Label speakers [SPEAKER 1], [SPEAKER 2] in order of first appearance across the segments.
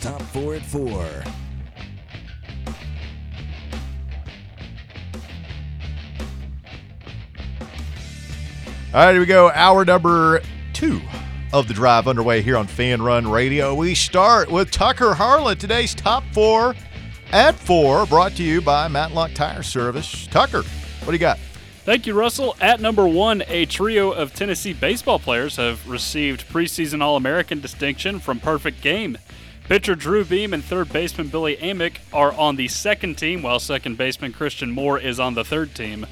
[SPEAKER 1] Top 4 at 4.
[SPEAKER 2] All right, here we go. Hour number two of the drive underway here on Fan Run Radio. We start with Tucker Harlan, today's top four at four, brought to you by Matlock Tire Service. Tucker, what do you got?
[SPEAKER 3] Thank you, Russell. At number one, a trio of Tennessee baseball players have received preseason All American distinction from Perfect Game. Pitcher Drew Beam and third baseman Billy Amick are on the second team, while second baseman Christian Moore is on the third team.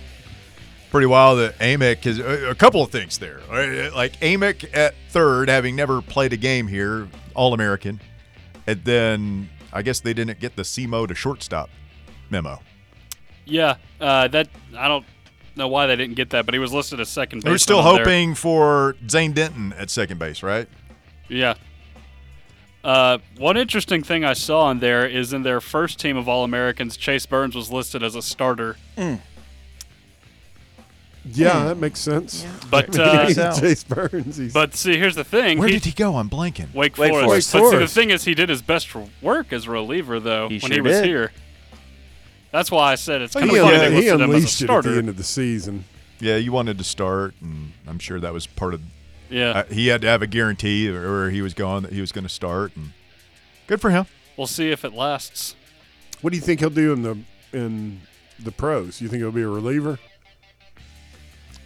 [SPEAKER 2] Pretty wild that Amick is a a couple of things there. Uh, Like Amick at third, having never played a game here, All American. And then I guess they didn't get the CMO to shortstop memo.
[SPEAKER 3] Yeah, uh, that I don't know why they didn't get that, but he was listed as second
[SPEAKER 2] They
[SPEAKER 3] baseman.
[SPEAKER 2] were still
[SPEAKER 3] on there.
[SPEAKER 2] hoping for Zane Denton at second base, right?
[SPEAKER 3] Yeah. Uh, one interesting thing I saw in there is in their first team of All Americans, Chase Burns was listed as a starter.
[SPEAKER 4] Yeah, that makes sense.
[SPEAKER 3] But uh,
[SPEAKER 2] Yeah.
[SPEAKER 4] Chase Burns. He's,
[SPEAKER 3] but see, here's the thing.
[SPEAKER 2] Where did he go? I'm blanking.
[SPEAKER 3] Wake,
[SPEAKER 5] Wake
[SPEAKER 3] Forest.
[SPEAKER 5] Forest.
[SPEAKER 3] But see, the
[SPEAKER 4] Forest.
[SPEAKER 3] thing is, he did his best work as a reliever, though,
[SPEAKER 5] He
[SPEAKER 3] when he
[SPEAKER 5] sure
[SPEAKER 3] was
[SPEAKER 5] did.
[SPEAKER 3] here. That's why I said it's
[SPEAKER 2] Oh,
[SPEAKER 3] kind
[SPEAKER 4] he,
[SPEAKER 3] of funny
[SPEAKER 4] un-
[SPEAKER 3] they
[SPEAKER 4] he
[SPEAKER 3] listed him as a
[SPEAKER 4] unleashed it at the
[SPEAKER 3] starter.
[SPEAKER 4] end of the season.
[SPEAKER 2] Yeah, you wanted to start, and I'm sure that was part of.
[SPEAKER 3] yeah.
[SPEAKER 2] Uh, he had to have a guarantee, or he was going that he was going to start. And good for him.
[SPEAKER 3] We'll see if it lasts.
[SPEAKER 4] What do you think he'll do in the in the pros? You think he'll be a reliever?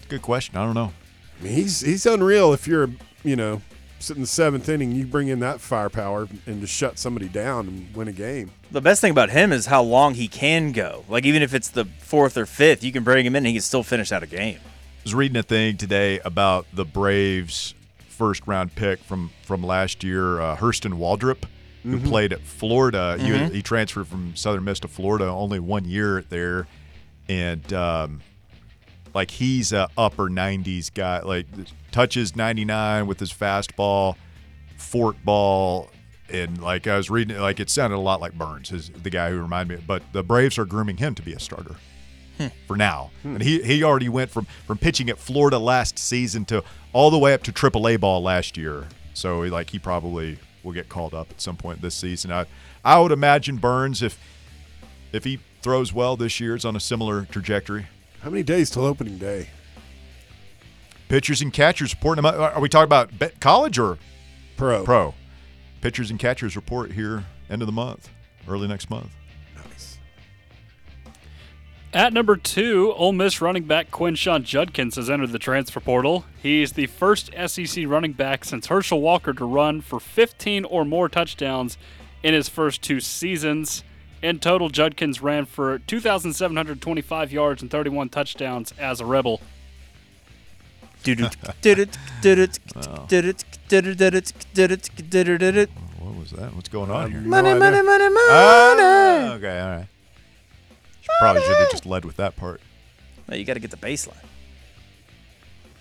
[SPEAKER 2] Good question. I don't know.
[SPEAKER 4] I mean, he's he's unreal. If you're you know sitting the seventh inning, you bring in that firepower and just shut somebody down and win a game.
[SPEAKER 5] The best thing about him is how long he can go. Like even if it's the fourth or fifth, you can bring him in and he can still finish out a game.
[SPEAKER 2] I was reading a thing today about the Braves' first round pick from from last year, uh, Hurston Waldrop, who played at Florida. He, he transferred from Southern Miss to Florida, only one year there, and um, like he's a upper 90s guy. Like touches 99 with his fastball, fork ball. And like I was reading, it, like it sounded a lot like Burns, is the guy who reminded me. But the Braves are grooming him to be a starter for now. And he, he already went from, from pitching at Florida last season to all the way up to Triple A ball last year. So like he probably will get called up at some point this season. I I would imagine Burns if if he throws well this year is on a similar trajectory.
[SPEAKER 4] How many days till opening day?
[SPEAKER 2] Pitchers and catchers reporting. Am I- Are we talking about be- college or
[SPEAKER 4] Pro.
[SPEAKER 2] pro? Pitchers and catchers report here end of the month, early next month.
[SPEAKER 4] Nice.
[SPEAKER 3] At number two, Ole Miss running back Quinshawn Judkins has entered the transfer portal. He's the first SEC running back since Herschel Walker to run for 15 or more touchdowns in his first two seasons. In total, Judkins ran for 2,725 yards and 31 touchdowns as a Rebel.
[SPEAKER 5] Did it? Did it? Did it? Did it? Did it? Did it? Did it? Did it? Did it?
[SPEAKER 2] What was that? What's going on here?
[SPEAKER 4] Money, money, money.
[SPEAKER 2] Ah, okay, all right. Probably should have just led with that part.
[SPEAKER 5] No, you got to get the baseline.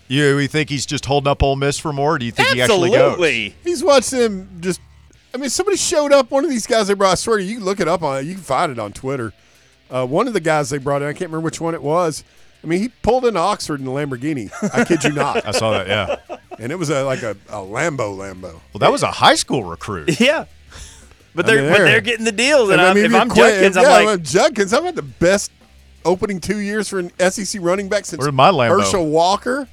[SPEAKER 2] You we think he's just holding up Ole Miss for more? Or do you think he actually goes?
[SPEAKER 5] Absolutely.
[SPEAKER 4] He's watched him just. I mean, somebody showed up. One of these guys they brought. I swear to you, you can look it up on. You can find it on Twitter. Uh, one of the guys they brought in. I can't remember which one it was. I mean, he pulled into Oxford in a Lamborghini. I kid you not.
[SPEAKER 2] I saw that. Yeah. Well,
[SPEAKER 4] and it was a, like a, a Lambo Lambo.
[SPEAKER 2] that was a high school recruit.
[SPEAKER 5] Yeah. But
[SPEAKER 4] I
[SPEAKER 5] they're
[SPEAKER 4] mean,
[SPEAKER 5] but
[SPEAKER 4] there.
[SPEAKER 5] they're getting the deals, and,
[SPEAKER 4] I
[SPEAKER 5] I'm,
[SPEAKER 4] mean,
[SPEAKER 5] if
[SPEAKER 4] you're
[SPEAKER 5] I'm
[SPEAKER 4] quit-
[SPEAKER 5] Judkins,
[SPEAKER 4] yeah,
[SPEAKER 5] I'm like,
[SPEAKER 4] I'm Judkins. I've had the best opening two years for an SEC running back since
[SPEAKER 2] Where's my Lambo?
[SPEAKER 4] Herschel Walker.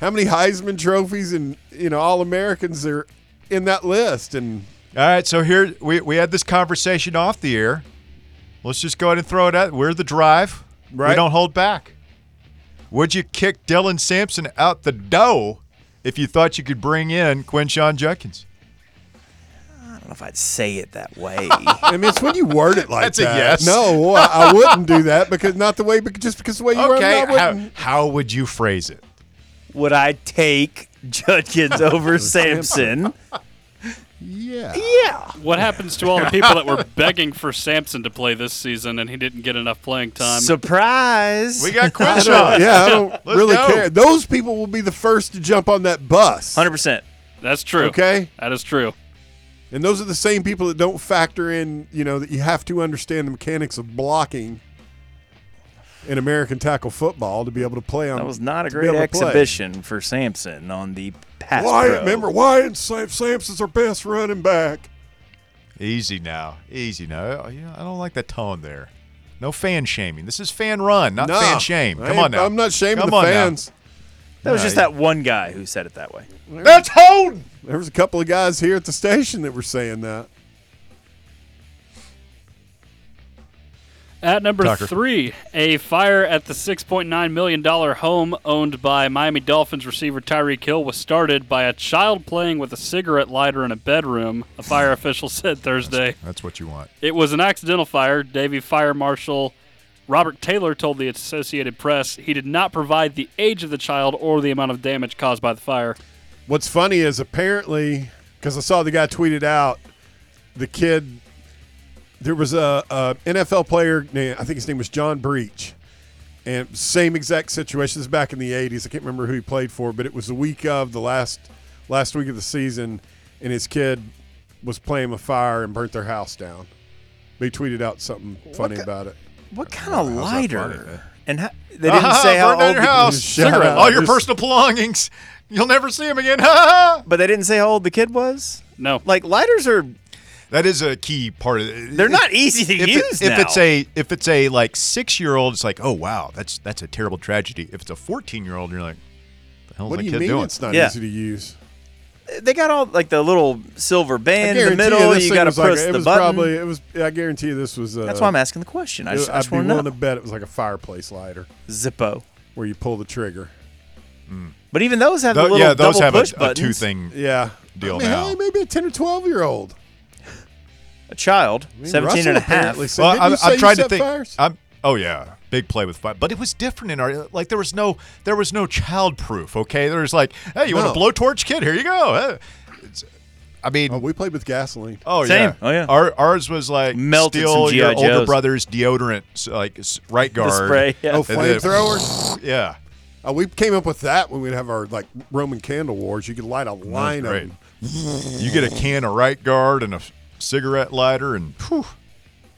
[SPEAKER 4] How many Heisman trophies and you know All Americans are in that list? And
[SPEAKER 2] All right, so here we, we had this conversation off the air. Let's just go ahead and throw it out. We're the drive. We
[SPEAKER 4] Right.
[SPEAKER 2] don't hold back. Would you kick Dylan Sampson out the dough if you thought you could bring in Quinshawn Judkins?
[SPEAKER 5] I don't know if I'd say it that way.
[SPEAKER 4] I mean, it's when you word it like
[SPEAKER 2] That's a
[SPEAKER 4] that.
[SPEAKER 2] yes.
[SPEAKER 4] No, I, I wouldn't do that because not the way, because just because the way you wrote it,
[SPEAKER 2] Okay,
[SPEAKER 4] I
[SPEAKER 2] how,
[SPEAKER 4] wouldn't.
[SPEAKER 2] how would you phrase it?
[SPEAKER 5] Would I take Judkins over Sampson?
[SPEAKER 4] Yeah.
[SPEAKER 5] Yeah.
[SPEAKER 3] What happens to all the people that were begging for Sampson to play this season and he didn't get enough playing time?
[SPEAKER 5] Surprise.
[SPEAKER 2] We got
[SPEAKER 4] I don't,
[SPEAKER 2] Quinshawn.
[SPEAKER 4] yeah, I don't
[SPEAKER 2] Let's
[SPEAKER 4] really
[SPEAKER 2] go.
[SPEAKER 4] care. Those people will be the first to jump on that bus.
[SPEAKER 5] 100%.
[SPEAKER 3] That's true.
[SPEAKER 4] Okay.
[SPEAKER 3] That is true.
[SPEAKER 4] And those are the same people that don't factor in, you know, that you have to understand the mechanics of blocking in American tackle football to be able to play on.
[SPEAKER 5] That was not a
[SPEAKER 4] to be
[SPEAKER 5] great
[SPEAKER 4] able to play.
[SPEAKER 5] exhibition for Sampson on the pass.
[SPEAKER 4] Wyatt,
[SPEAKER 5] pro.
[SPEAKER 4] remember, Wyatt Sam- Sampson's our best running back.
[SPEAKER 2] Easy now. Easy now. Uh, You know, I don't like the tone there. No fan shaming. This is fan run, not
[SPEAKER 4] Nah,
[SPEAKER 2] fan shame.
[SPEAKER 4] I
[SPEAKER 2] Come
[SPEAKER 4] ain't-
[SPEAKER 2] on now.
[SPEAKER 4] I'm not shaming
[SPEAKER 2] Come
[SPEAKER 4] the
[SPEAKER 2] on now.
[SPEAKER 4] fans.
[SPEAKER 5] That was
[SPEAKER 2] Yeah,
[SPEAKER 5] just
[SPEAKER 2] you-
[SPEAKER 5] that one guy who said it that way.
[SPEAKER 2] That's Holden.
[SPEAKER 4] There was a couple of guys here at the station that were saying that.
[SPEAKER 3] At number
[SPEAKER 2] Tucker.
[SPEAKER 3] three, a fire at the $6.9 million home owned by Miami Dolphins receiver Tyreek Hill was started by a child playing with a cigarette lighter in a bedroom, a fire official said Thursday.
[SPEAKER 2] That's what you want.
[SPEAKER 3] It was an accidental fire. Davy Fire Marshal Robert Taylor told the Associated Press he did not provide the age of the child or the amount of damage caused by the fire.
[SPEAKER 4] What's funny is apparently because I saw the guy tweeted out the kid. There was a, a NFL player. na- I think his name was John Breach, and same exact situation. This is back in the '80s. I can't remember who he played for, but it was the week of the last last week of the season, and his kid was playing with fire and burnt their house down. They tweeted out something funny
[SPEAKER 5] ki-
[SPEAKER 4] about it.
[SPEAKER 5] What kind of
[SPEAKER 2] that funny,
[SPEAKER 5] lighter?
[SPEAKER 2] man?
[SPEAKER 5] And how, they didn't
[SPEAKER 2] Ah,
[SPEAKER 5] say how
[SPEAKER 2] burn down
[SPEAKER 5] old.
[SPEAKER 2] your
[SPEAKER 5] the-
[SPEAKER 2] house.
[SPEAKER 4] Shut
[SPEAKER 2] Cigarette.
[SPEAKER 4] up.
[SPEAKER 2] All your
[SPEAKER 4] Just-
[SPEAKER 2] personal belongings. You'll never see them again. Ha, ha, ha.
[SPEAKER 5] But they didn't say how old the kid was.
[SPEAKER 3] No.
[SPEAKER 5] Like lighters are,
[SPEAKER 2] that is a key part of it.
[SPEAKER 5] they're not easy to
[SPEAKER 2] If, it-
[SPEAKER 5] use.
[SPEAKER 2] if
[SPEAKER 5] now.
[SPEAKER 2] it's a if it's a like six year old, it's like oh wow that's that's a terrible tragedy. If it's a fourteen year old, you're like, the hell's
[SPEAKER 4] What
[SPEAKER 2] that
[SPEAKER 4] do you
[SPEAKER 2] kid
[SPEAKER 4] mean
[SPEAKER 2] doing?
[SPEAKER 4] it's not
[SPEAKER 5] Yeah.
[SPEAKER 4] easy to use?
[SPEAKER 5] they got all like the little silver
[SPEAKER 4] I
[SPEAKER 5] band in the
[SPEAKER 4] guarantee
[SPEAKER 5] middle.
[SPEAKER 4] this
[SPEAKER 5] You
[SPEAKER 4] thing
[SPEAKER 5] got to
[SPEAKER 4] was like-
[SPEAKER 5] press
[SPEAKER 4] it
[SPEAKER 5] the
[SPEAKER 4] was
[SPEAKER 5] button.
[SPEAKER 4] Probably, it was. I guarantee you this was. Uh,
[SPEAKER 5] That's why I'm asking the question. I just, I
[SPEAKER 4] I'd
[SPEAKER 5] just
[SPEAKER 4] be
[SPEAKER 5] want
[SPEAKER 4] willing
[SPEAKER 5] to
[SPEAKER 4] to
[SPEAKER 5] know.
[SPEAKER 4] bet it was like a fireplace lighter
[SPEAKER 5] Zippo.
[SPEAKER 4] where you pull the trigger.
[SPEAKER 5] But even those have the,
[SPEAKER 2] Tho-
[SPEAKER 5] little
[SPEAKER 2] yeah, those
[SPEAKER 5] double
[SPEAKER 2] have
[SPEAKER 5] push
[SPEAKER 2] a, a
[SPEAKER 5] buttons.
[SPEAKER 2] two thing.
[SPEAKER 4] Yeah.
[SPEAKER 2] Deal
[SPEAKER 4] I mean,
[SPEAKER 2] now.
[SPEAKER 4] hey, maybe a 10 or 12 year old.
[SPEAKER 5] A child,
[SPEAKER 4] I mean,
[SPEAKER 5] 17
[SPEAKER 4] Russell
[SPEAKER 5] and a half.
[SPEAKER 4] apparently said- didn't
[SPEAKER 2] I'm,
[SPEAKER 4] you say
[SPEAKER 2] I'm
[SPEAKER 4] you
[SPEAKER 2] trying to
[SPEAKER 4] set
[SPEAKER 2] think.
[SPEAKER 4] fires?
[SPEAKER 2] I'm, oh yeah, big play with fire, but it was different in our like there was no there was no child proof. Okay, there was like, hey, you want a
[SPEAKER 4] No.
[SPEAKER 2] blowtorch, kid? Here you go. Eh, it's- I mean,
[SPEAKER 4] Oh, we played with gasoline.
[SPEAKER 2] Oh
[SPEAKER 5] Same.
[SPEAKER 2] yeah.
[SPEAKER 5] Oh, yeah.
[SPEAKER 2] Our, ours was like
[SPEAKER 5] Melted
[SPEAKER 2] steal
[SPEAKER 5] some
[SPEAKER 2] your
[SPEAKER 5] G.I.
[SPEAKER 2] older
[SPEAKER 5] Joes.
[SPEAKER 2] brother's deodorant, so, like s- right guard.
[SPEAKER 5] spray, yeah.
[SPEAKER 4] Oh,
[SPEAKER 5] And
[SPEAKER 2] then-
[SPEAKER 4] flamethrowers.
[SPEAKER 2] Yeah.
[SPEAKER 4] Oh, we came up with that when we'd have our like Roman candle wars. You could light a line of
[SPEAKER 2] great.
[SPEAKER 4] them.
[SPEAKER 2] You get a can of right guard and a f- cigarette lighter, and whew,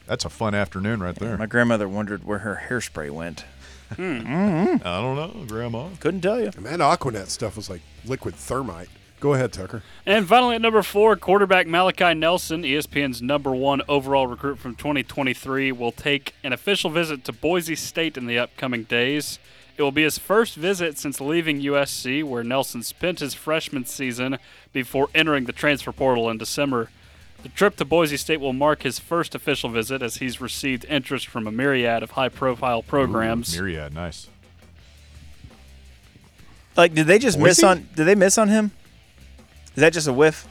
[SPEAKER 2] that's a fun afternoon right there.
[SPEAKER 5] My grandmother wondered where her hairspray went.
[SPEAKER 2] I don't know, Grandma.
[SPEAKER 5] Couldn't tell you.
[SPEAKER 4] And that Aquanet stuff was like liquid thermite. Go ahead, Tucker.
[SPEAKER 3] And finally, at number four, quarterback Malachi Nelson, E ESPN's number one overall recruit from 2023, will take an official visit to Boise State in the upcoming days. It will be his first visit since leaving USC, where Nelson spent his freshman season before entering the transfer portal in December. The trip to Boise State will mark his first official visit as he's received interest from a myriad of high profile programs.
[SPEAKER 2] Myriad, nice.
[SPEAKER 5] Like, did they just miss
[SPEAKER 4] Boise?
[SPEAKER 5] on? Did they miss on him? Is that just a whiff?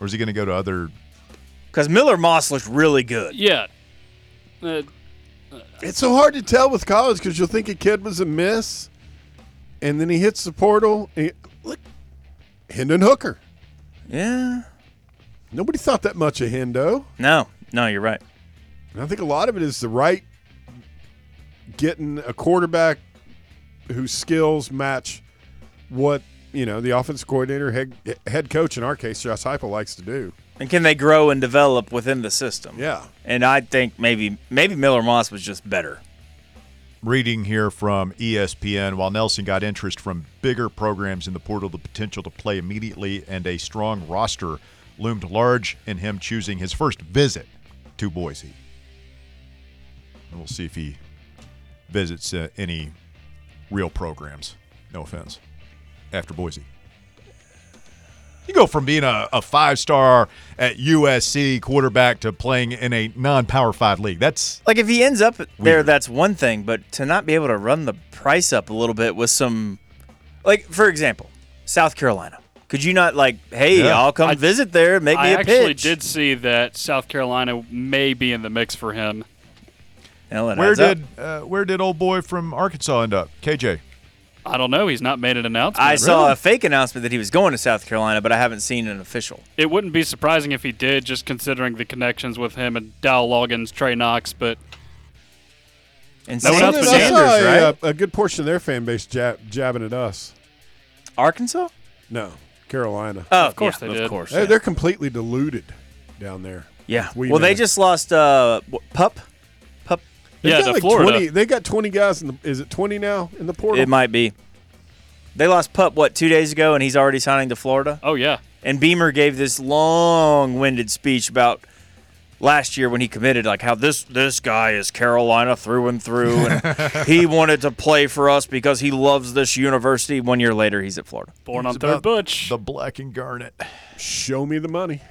[SPEAKER 2] Or is he going to go to other?
[SPEAKER 5] Because Miller Moss looked really good.
[SPEAKER 3] yeah. Uh,
[SPEAKER 4] It's so hard to tell with college because you'll think a kid was a miss, and then he hits the portal. And he, look, Hendon Hooker.
[SPEAKER 5] Yeah.
[SPEAKER 4] Nobody thought that much of Hendo.
[SPEAKER 5] No, no, you're right.
[SPEAKER 4] And I think a lot of it is the right getting a quarterback whose skills match what you know the offense coordinator, head, head coach in our case, Josh Heupel likes to do.
[SPEAKER 5] And can they grow and develop within the system?
[SPEAKER 4] Yeah,
[SPEAKER 5] And I think maybe maybe Miller Moss was just better.
[SPEAKER 2] Reading here from E ESPN, while Nelson got interest from bigger programs in the portal, the potential to play immediately and a strong roster loomed large in him choosing his first visit to Boise. And we'll see if he visits uh, any real programs. No offense. After Boise. You go from being a, a five star at USC quarterback to playing in a non power five league. That's
[SPEAKER 5] Like if he ends up there,
[SPEAKER 2] Weird.
[SPEAKER 5] that's one thing. But to not be able to run the price up a little bit with some, like for example, South Carolina. Could you not like, hey,
[SPEAKER 2] Yeah.
[SPEAKER 5] I'll come
[SPEAKER 3] I-
[SPEAKER 5] visit there, make
[SPEAKER 3] I
[SPEAKER 5] me a
[SPEAKER 3] actually
[SPEAKER 5] pitch.
[SPEAKER 3] did see that South Carolina may be in the mix for him.
[SPEAKER 5] Now that
[SPEAKER 2] Where
[SPEAKER 5] adds up.
[SPEAKER 2] did uh, where did old boy from Arkansas end up? KJ.
[SPEAKER 3] I don't know. He's not made an announcement.
[SPEAKER 5] I saw a fake announcement that he was going to South Carolina, but I haven't seen an official.
[SPEAKER 3] It wouldn't be surprising if he did, just considering the connections with him and Dow Loggins, Trey Knox. But
[SPEAKER 5] And
[SPEAKER 3] No one
[SPEAKER 5] Sam
[SPEAKER 3] else but
[SPEAKER 5] Sanders,
[SPEAKER 4] I saw
[SPEAKER 5] right?
[SPEAKER 4] a, a good portion of their fan base jab, jabbing at us.
[SPEAKER 5] Arkansas?
[SPEAKER 4] No, Carolina.
[SPEAKER 5] Oh,
[SPEAKER 3] Of course
[SPEAKER 5] yeah,
[SPEAKER 3] they
[SPEAKER 5] of
[SPEAKER 3] did.
[SPEAKER 5] course.
[SPEAKER 4] They-
[SPEAKER 5] yeah.
[SPEAKER 4] They're completely deluded down there.
[SPEAKER 5] yeah.
[SPEAKER 4] We
[SPEAKER 5] well, they
[SPEAKER 4] know.
[SPEAKER 5] just lost uh, wh- pup, pup.
[SPEAKER 4] They've
[SPEAKER 3] yeah,
[SPEAKER 4] got
[SPEAKER 3] the
[SPEAKER 4] like
[SPEAKER 3] Florida.
[SPEAKER 4] 20 they got twenty guys in the. Is it twenty now in the portal?
[SPEAKER 5] It might be. They lost pup what two days ago, and he's already signing to Florida.
[SPEAKER 3] Oh yeah,
[SPEAKER 5] And Beamer gave this long-winded speech about last year when he committed, like how this this guy is Carolina through and through, and he wanted to play for us because he loves this university. One year later, he's at Florida.
[SPEAKER 3] Born on
[SPEAKER 2] It's
[SPEAKER 3] third
[SPEAKER 2] about
[SPEAKER 3] butch.
[SPEAKER 2] The black and garnet.
[SPEAKER 4] Show me the money.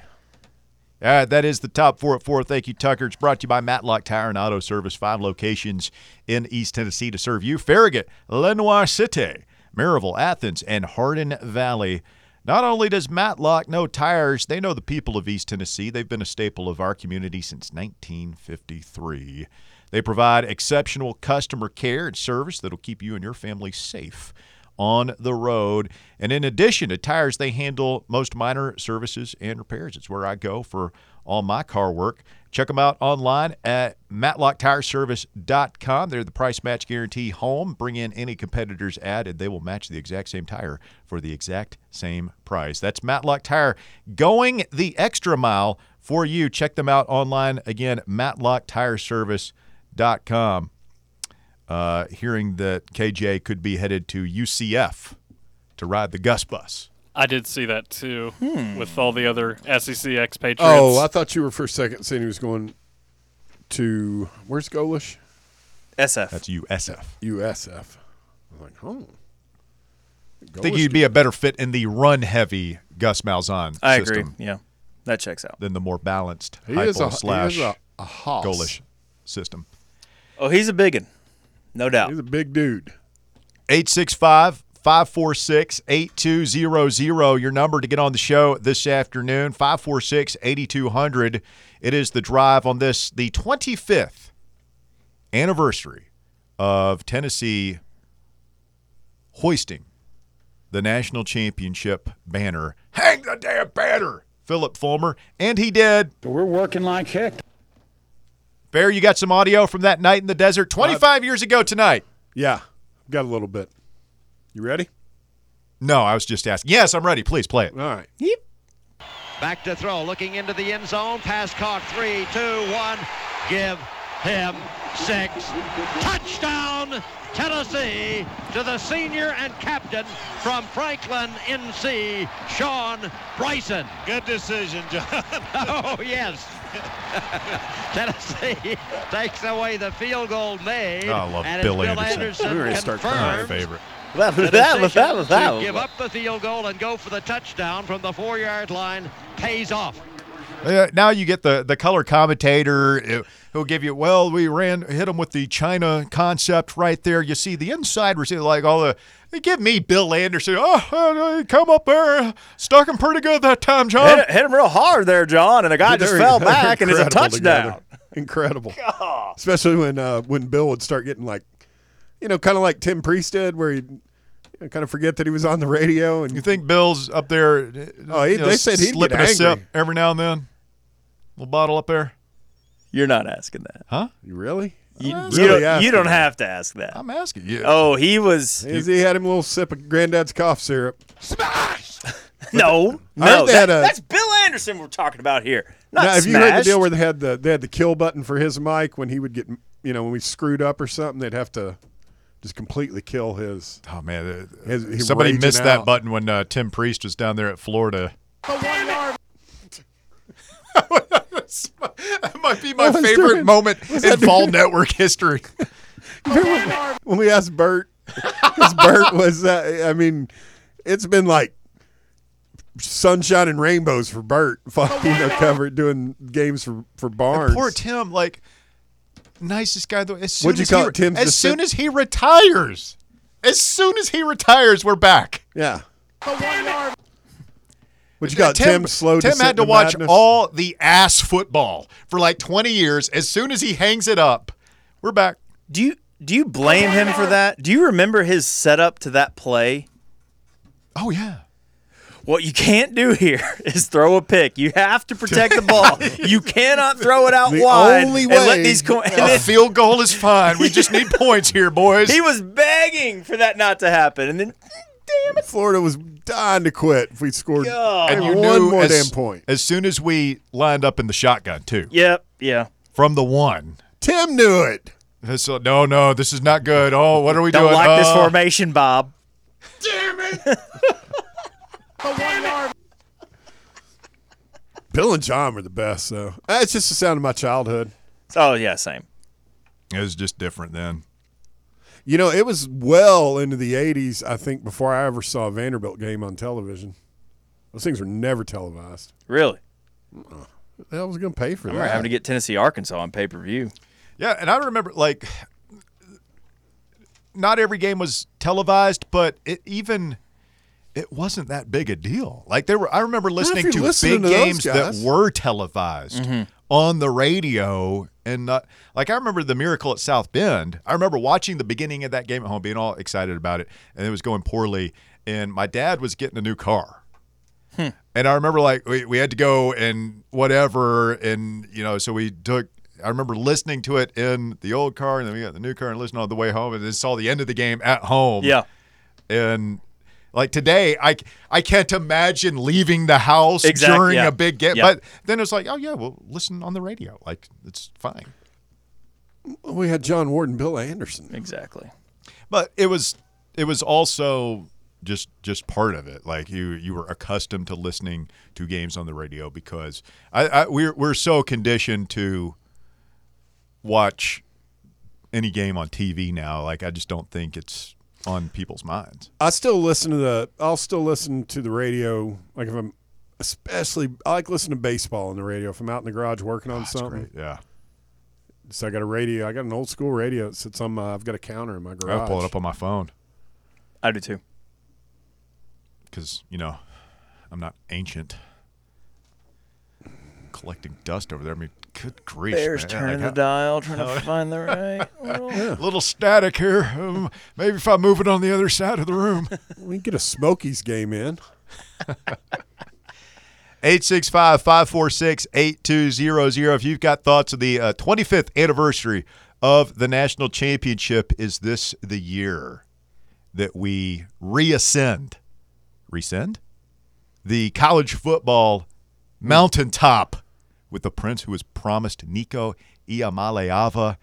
[SPEAKER 2] All right, that is the top four at four. Thank you, Tucker. It's brought to you by Matlock Tire and Auto Service, five locations in East Tennessee to serve you Farragut, Lenoir City, Maryville, Athens, and Hardin Valley. Not only does Matlock know tires, they know the people of East Tennessee. They've been a staple of our community since 1953. They provide exceptional customer care and service that'll keep you and your family safe on the road. And in addition to tires, they handle most minor services and repairs. It's where I go for all my car work. Check them out online at matlocktires.service.com. They're the price match guarantee home. Bring in any competitors added. They will match the exact same tire for the exact same price. That's Matlock Tire going the extra mile for you. Check them out online again, matlocktires.service.com uh, hearing that KJ could be headed to UCF to ride the Gus bus.
[SPEAKER 3] I did see that too with all the other E SEC expatriates.
[SPEAKER 4] Oh, I thought you were for a second saying he was going to where's Golish?
[SPEAKER 5] SF.
[SPEAKER 2] That's USF.
[SPEAKER 4] USF. I'm like, oh.
[SPEAKER 2] I think he'd be a better fit in the run-heavy Gus Malzahn
[SPEAKER 5] I agree.
[SPEAKER 2] system
[SPEAKER 5] Yeah, that checks out.
[SPEAKER 2] than the more balanced
[SPEAKER 4] he is
[SPEAKER 2] hypo
[SPEAKER 4] a,
[SPEAKER 2] slash
[SPEAKER 4] he is a, a hoss.
[SPEAKER 2] goalish system.
[SPEAKER 5] Oh, he's a biggin, no doubt.
[SPEAKER 4] He's a big dude.
[SPEAKER 2] 865 546 8200, your number to get on the show this afternoon. 546 8200. It is the drive on this, the 25th anniversary of Tennessee hoisting the national championship banner. Hang the damn banner, Philip Fulmer. And he did.
[SPEAKER 1] We're working like heck.
[SPEAKER 2] Bear, you got some audio from that night in the desert 25 years ago tonight.
[SPEAKER 4] Yeah, got a little bit. You ready?
[SPEAKER 2] No, I was just asking. Yes, I'm ready. Please play it.
[SPEAKER 4] All right.
[SPEAKER 6] Back to throw, looking into the end zone. Pass caught. Three, two, one. Give him six. Touchdown, Tennessee to the senior and captain from Franklin, NC, Sean Bryson. Good decision, John. oh, yes. Tennessee takes away the field goal made.
[SPEAKER 2] Oh, I love
[SPEAKER 6] and
[SPEAKER 2] Bill
[SPEAKER 6] it's Bill
[SPEAKER 2] Anderson.
[SPEAKER 6] Anderson
[SPEAKER 5] We were gonna start crying.
[SPEAKER 6] confirms
[SPEAKER 5] That was
[SPEAKER 6] the
[SPEAKER 5] that was
[SPEAKER 6] decision
[SPEAKER 5] that was that
[SPEAKER 6] to give
[SPEAKER 5] was.
[SPEAKER 6] up the field goal and go for the touchdown from the four-yard line pays off.
[SPEAKER 2] Uh, now you get the, the color commentator uh, who'll give you, well, we ran hit them with the China concept right there. You see the inside receiver, like all the, they give me Bill Anderson. Oh, uh, uh, come up there, stuck him pretty good that time, John.
[SPEAKER 5] Hit, hit him real hard there, John, and the guy just
[SPEAKER 4] They're-
[SPEAKER 5] fell
[SPEAKER 4] they're
[SPEAKER 5] back and it's a
[SPEAKER 4] incredible
[SPEAKER 5] touchdown.
[SPEAKER 4] together. Incredible. Especially when uh, when Bill would start getting like, you know, kind of like Tim Priest did, where he'd kind of forget that he was on the radio. And
[SPEAKER 2] You think Bill's up there? uh,
[SPEAKER 4] Oh, he-
[SPEAKER 2] you know,
[SPEAKER 4] they said he'd get
[SPEAKER 2] slipping a sip
[SPEAKER 4] angry.
[SPEAKER 2] every now and then. Little bottle up there.
[SPEAKER 5] You're not asking that.
[SPEAKER 4] you really?
[SPEAKER 5] You,
[SPEAKER 4] I'm
[SPEAKER 5] you don't-
[SPEAKER 4] asking.
[SPEAKER 5] you don't have to ask that.
[SPEAKER 2] I'm asking you.
[SPEAKER 5] Oh, he was
[SPEAKER 4] Is he had him a little sip of Granddad's cough syrup?
[SPEAKER 5] no,
[SPEAKER 4] I heard
[SPEAKER 5] no.
[SPEAKER 4] they had
[SPEAKER 5] that-
[SPEAKER 4] a-
[SPEAKER 5] that's Bill Anderson we're talking about here. Not
[SPEAKER 4] Now, have you heard the
[SPEAKER 5] smashed.
[SPEAKER 4] deal where they had the they had the kill button for his mic when he would get you know when we screwed up or something they'd have to just completely kill his
[SPEAKER 2] Oh, man. uh,
[SPEAKER 4] His- he's
[SPEAKER 2] Somebody
[SPEAKER 4] raging
[SPEAKER 2] missed that
[SPEAKER 4] out.
[SPEAKER 2] button when uh, Tim Priest was down there at Florida. that might be my
[SPEAKER 4] What was
[SPEAKER 2] favorite
[SPEAKER 4] doing-
[SPEAKER 2] moment in Fall Network history.
[SPEAKER 4] when we asked Bert, 'cause Bert was, uh, I mean, it's been like sunshine and rainbows for Bert, fucking, you know, cover doing games for for Barnes.
[SPEAKER 2] Poor Tim, like nicest guy. Though, as soon
[SPEAKER 4] What'd you
[SPEAKER 2] as
[SPEAKER 4] call
[SPEAKER 2] he,
[SPEAKER 4] it, Tim's
[SPEAKER 2] As
[SPEAKER 4] the
[SPEAKER 2] soon
[SPEAKER 4] sim-
[SPEAKER 2] as he retires, as soon as he retires, we're back.
[SPEAKER 4] yeah. What you got, Tim? slow.
[SPEAKER 2] Tim
[SPEAKER 4] descent
[SPEAKER 2] had to
[SPEAKER 4] into
[SPEAKER 2] watch
[SPEAKER 4] madness?
[SPEAKER 2] all the ass football for like 20 years. As soon as he hangs it up, we're back.
[SPEAKER 5] Do you do you blame him for that? Do you remember his setup to that play?
[SPEAKER 2] Oh yeah.
[SPEAKER 5] What you can't do here is throw a pick. You have to protect the ball. You cannot throw it out
[SPEAKER 4] The
[SPEAKER 5] wide
[SPEAKER 4] only
[SPEAKER 5] and let
[SPEAKER 4] way-
[SPEAKER 5] these go. and
[SPEAKER 2] A
[SPEAKER 5] then
[SPEAKER 2] field goal is fine. We just need points here, boys.
[SPEAKER 5] he was begging for that not to happen, and then
[SPEAKER 4] Florida was dying to quit if we scored
[SPEAKER 5] God.
[SPEAKER 4] and
[SPEAKER 2] You
[SPEAKER 4] one
[SPEAKER 2] knew
[SPEAKER 4] more
[SPEAKER 2] as-
[SPEAKER 4] damn point.
[SPEAKER 2] As soon as we lined up in the shotgun, too,
[SPEAKER 5] yep, yeah.
[SPEAKER 2] from the one.
[SPEAKER 4] Tim knew it.
[SPEAKER 2] This- uh, no, no, this is not good. Oh, what are we
[SPEAKER 5] Don't
[SPEAKER 2] doing?
[SPEAKER 5] like this
[SPEAKER 2] Uh,
[SPEAKER 5] formation, Bob.
[SPEAKER 4] Bill and John were the best, though. That's just the sound of my childhood.
[SPEAKER 5] Oh yeah, same.
[SPEAKER 2] It was just different then.
[SPEAKER 4] You know, it was well into the 80s, I think, before I ever saw a Vanderbilt game on television. Those things were never televised.
[SPEAKER 5] Really.
[SPEAKER 4] Who The hell was going to pay for
[SPEAKER 5] I
[SPEAKER 4] that?
[SPEAKER 5] remember having to get Tennessee, Arkansas on pay per view.
[SPEAKER 2] Yeah, and I remember like not every game was televised, but it even it wasn't that big a deal. Like there were I remember listening
[SPEAKER 4] you're
[SPEAKER 2] to big
[SPEAKER 4] listening to those
[SPEAKER 2] games that
[SPEAKER 4] guys.
[SPEAKER 2] were televised on the radio and not like I remember the miracle at South Bend. I remember watching the beginning of that game at home being all excited about it and it was going poorly and my dad was getting a new car. And I remember like we, we had to go and whatever and you know, so we took I remember listening to it in the old car and then we got the new car and listened on the way home and then saw the end of the game at home.
[SPEAKER 5] Yeah.
[SPEAKER 2] And like today I I can't imagine leaving the house
[SPEAKER 5] Exact-
[SPEAKER 2] during
[SPEAKER 5] yeah.
[SPEAKER 2] a big game.
[SPEAKER 5] Yeah.
[SPEAKER 2] But then it's like, oh yeah, well listen on the radio. Like it's fine.
[SPEAKER 4] we had John Ward and Bill Anderson.
[SPEAKER 5] Exactly.
[SPEAKER 2] But it was it was also just just part of it. Like you you were accustomed to listening to games on the radio because I, I we're we're so conditioned to watch any game on TV now. Like I just don't think it's on people's minds.
[SPEAKER 4] I still listen to the. I'll still listen to the radio. Like if I'm, especially I like listening to baseball on the radio. If I'm out in the garage working on something,
[SPEAKER 2] Yeah.
[SPEAKER 4] so I got a radio. I got an old school radio. It sits on my. I've got a counter in my garage.
[SPEAKER 2] I'll pull it up on my phone
[SPEAKER 5] I do too.
[SPEAKER 2] because, you know, I'm not ancient. Collecting dust over there. I mean, good grief.
[SPEAKER 5] Bears
[SPEAKER 2] man.
[SPEAKER 5] turning
[SPEAKER 2] Like,
[SPEAKER 5] the dial, trying to find the right. little-
[SPEAKER 2] a little static here. Um, maybe if I move it on the other side of the room.
[SPEAKER 4] We can get a Smokies game in.
[SPEAKER 2] 865 546 8200. If you've got thoughts of the uh, 25th anniversary of the national championship, is this the year that we reascend? Rescend? The college football mountaintop with the prince who was promised Nico Iamaleava,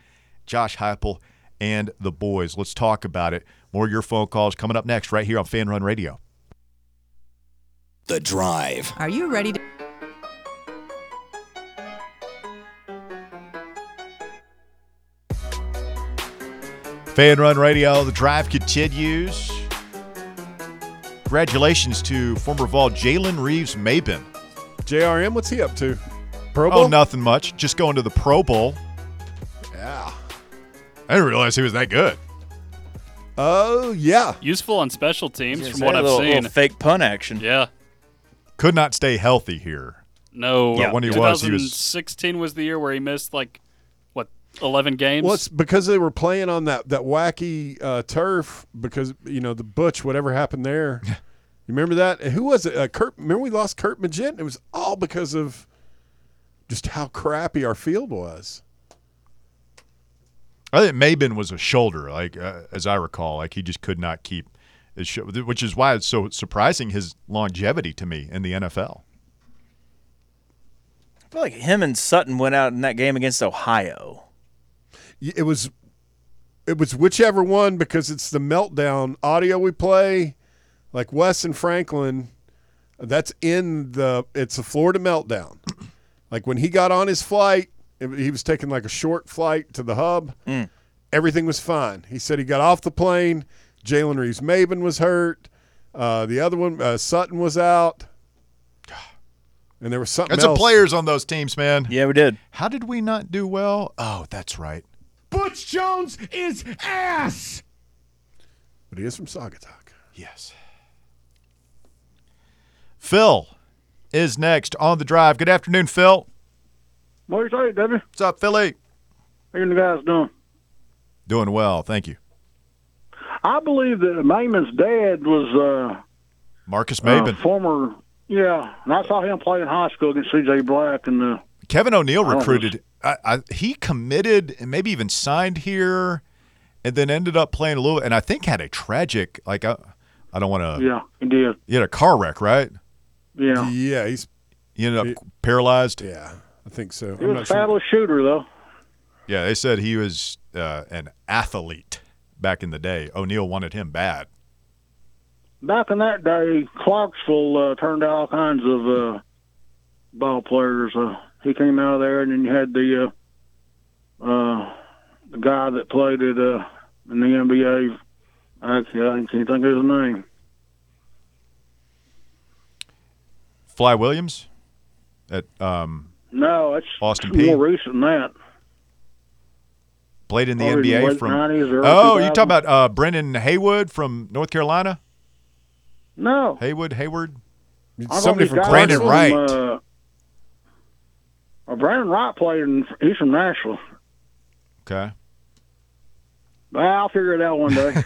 [SPEAKER 2] Josh Heupel, and the boys. Let's talk about it. More of your phone calls coming up next, right here on Fan Run Radio.
[SPEAKER 1] The Drive.
[SPEAKER 7] Are you ready to?
[SPEAKER 2] Fan Run Radio, the drive continues. Congratulations to former Vol Jalen Reeves Mabin.
[SPEAKER 4] JRM, what's he up to? Pro Bowl.
[SPEAKER 2] Oh, nothing much. Just going to the Pro Bowl.
[SPEAKER 4] Yeah.
[SPEAKER 2] I didn't realize he was that good.
[SPEAKER 4] Oh yeah.
[SPEAKER 3] Useful on special teams, from
[SPEAKER 5] Say
[SPEAKER 3] what
[SPEAKER 5] a
[SPEAKER 3] I've
[SPEAKER 5] little,
[SPEAKER 3] seen.
[SPEAKER 5] little fake pun action.
[SPEAKER 3] yeah.
[SPEAKER 2] Could not stay healthy here.
[SPEAKER 3] No.
[SPEAKER 2] Yeah, when he was, he was-
[SPEAKER 3] 2016 was the year where he missed like what 11 games.
[SPEAKER 4] Well, it's because they were playing on that that wacky uh, turf because you know the Butch whatever happened there. you remember that? And Who was it? Uh, Kurt. Remember we lost Kurt Magent? It was all because of just how crappy our field was.
[SPEAKER 2] I think Mabin was a shoulder, like uh, as I recall, like he just could not keep his sho- which is why it's so surprising his longevity to me in the NFL.
[SPEAKER 5] I feel like him and Sutton went out in that game against Ohio.
[SPEAKER 4] Y- It was, it was whichever one because it's the meltdown audio we play, like Wes and Franklin. That's in the it's a Florida meltdown. Like when he got on his flight, it- he was taking like a short flight to the hub. Everything was fine. He said he got off the plane. Jalen Reeves Maven was hurt. Uh, the other one, uh, Sutton, was out. And there was something
[SPEAKER 2] Got some
[SPEAKER 4] else.
[SPEAKER 2] players on those teams, man.
[SPEAKER 5] Yeah, we did.
[SPEAKER 2] How did we not do well? Oh, that's right.
[SPEAKER 8] Butch Jones is ass.
[SPEAKER 4] But he is from Saugatuck.
[SPEAKER 2] Yes. Phil is next on the drive. Good afternoon, Phil.
[SPEAKER 9] What you say, Debbie?
[SPEAKER 2] What's up, Philly?
[SPEAKER 9] How you guys doing?
[SPEAKER 2] Doing well, thank you.
[SPEAKER 9] I believe that Mayman's dad was
[SPEAKER 2] Marcus
[SPEAKER 9] uh, a
[SPEAKER 2] Maben.
[SPEAKER 9] former. Yeah, and I saw him play in high school against C.J. Black, and uh,
[SPEAKER 2] Kevin O'Neill
[SPEAKER 9] don't know.
[SPEAKER 2] recruited. I, I, he committed and maybe even signed here, and then ended up playing a little. And I think had a tragic like I, I don't want to.
[SPEAKER 9] yeah, he did.
[SPEAKER 2] He had a car wreck, right?
[SPEAKER 9] Yeah,
[SPEAKER 4] Yeah, he's
[SPEAKER 2] He ended up paralyzed.
[SPEAKER 4] yeah. I think so.
[SPEAKER 9] he was a fabulous shooter, though.
[SPEAKER 2] Yeah, they said he was uh, an athlete back in the day. O'Neill wanted him bad.
[SPEAKER 9] Back in that day, Clarksville uh, turned out all kinds of uh, ball players. Uh, he came out of there, and then you had the uh, uh, the guy that played it uh, in the NBA. Actually, I can't think of his name.
[SPEAKER 2] Fly Williams at um,
[SPEAKER 9] No, it's
[SPEAKER 2] Austin
[SPEAKER 9] it's more
[SPEAKER 2] Peay?
[SPEAKER 9] recent than that.
[SPEAKER 2] played in the
[SPEAKER 9] Probably
[SPEAKER 2] NBA
[SPEAKER 9] late
[SPEAKER 2] from.
[SPEAKER 9] 90s, early
[SPEAKER 2] oh, you
[SPEAKER 9] 2000s.
[SPEAKER 2] talking about uh, Brendan Haywood from North Carolina?
[SPEAKER 9] No,
[SPEAKER 2] Haywood, Hayward.
[SPEAKER 9] I thought
[SPEAKER 4] Somebody
[SPEAKER 9] these
[SPEAKER 4] from
[SPEAKER 9] guys
[SPEAKER 2] Brandon
[SPEAKER 9] from,
[SPEAKER 2] Wright.
[SPEAKER 9] Uh, uh, Brandon Wright played in. He's from Nashville.
[SPEAKER 2] Okay.
[SPEAKER 9] Well, I'll figure it out one day.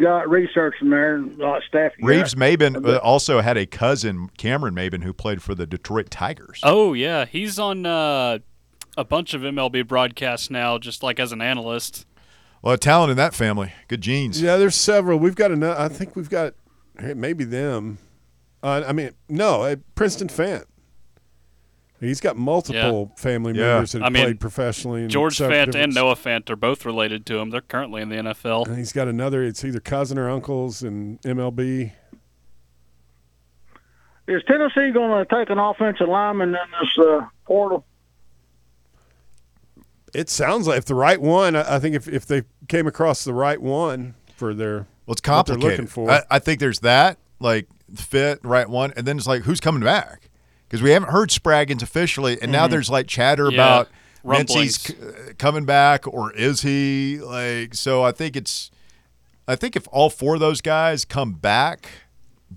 [SPEAKER 9] got research in there and a lot of staff. you got.
[SPEAKER 2] Reeves Maben uh, also had a cousin, Cameron Maben, who played for the Detroit Tigers.
[SPEAKER 3] Oh yeah, he's on uh, a bunch of MLB broadcasts now, just like as an analyst.
[SPEAKER 2] A lot of talent in that family. Good genes.
[SPEAKER 4] Yeah, there's several. We've got another. I think we've got hey, maybe them. Uh, I mean, no, uh, Princeton Fant. He's got multiple family
[SPEAKER 2] Yeah.
[SPEAKER 4] members that have
[SPEAKER 3] I mean,
[SPEAKER 4] played professionally. in
[SPEAKER 3] George
[SPEAKER 4] several
[SPEAKER 3] Fant
[SPEAKER 4] Mm, different-
[SPEAKER 3] and Noah Fant are both related to him. They're currently in the NFL.
[SPEAKER 4] And he's got another. It's either cousin or uncles in MLB.
[SPEAKER 9] Is Tennessee going to take an offensive lineman in this uh, portal?
[SPEAKER 4] It sounds like if the right one. I, I think if if they came across the right one for their
[SPEAKER 2] Well, it's
[SPEAKER 4] what they're
[SPEAKER 2] complicated.
[SPEAKER 4] looking for.
[SPEAKER 2] I, I think there's that, like fit, right one, and then it's like who's coming back because we haven't heard Spraggins officially, and
[SPEAKER 4] Mm-hmm.
[SPEAKER 2] now there's like chatter
[SPEAKER 3] Yeah,
[SPEAKER 2] about
[SPEAKER 3] rumblings.
[SPEAKER 2] Mincy's c- uh, coming back or is he? Like, so I think it's, I think if all four of those guys come back.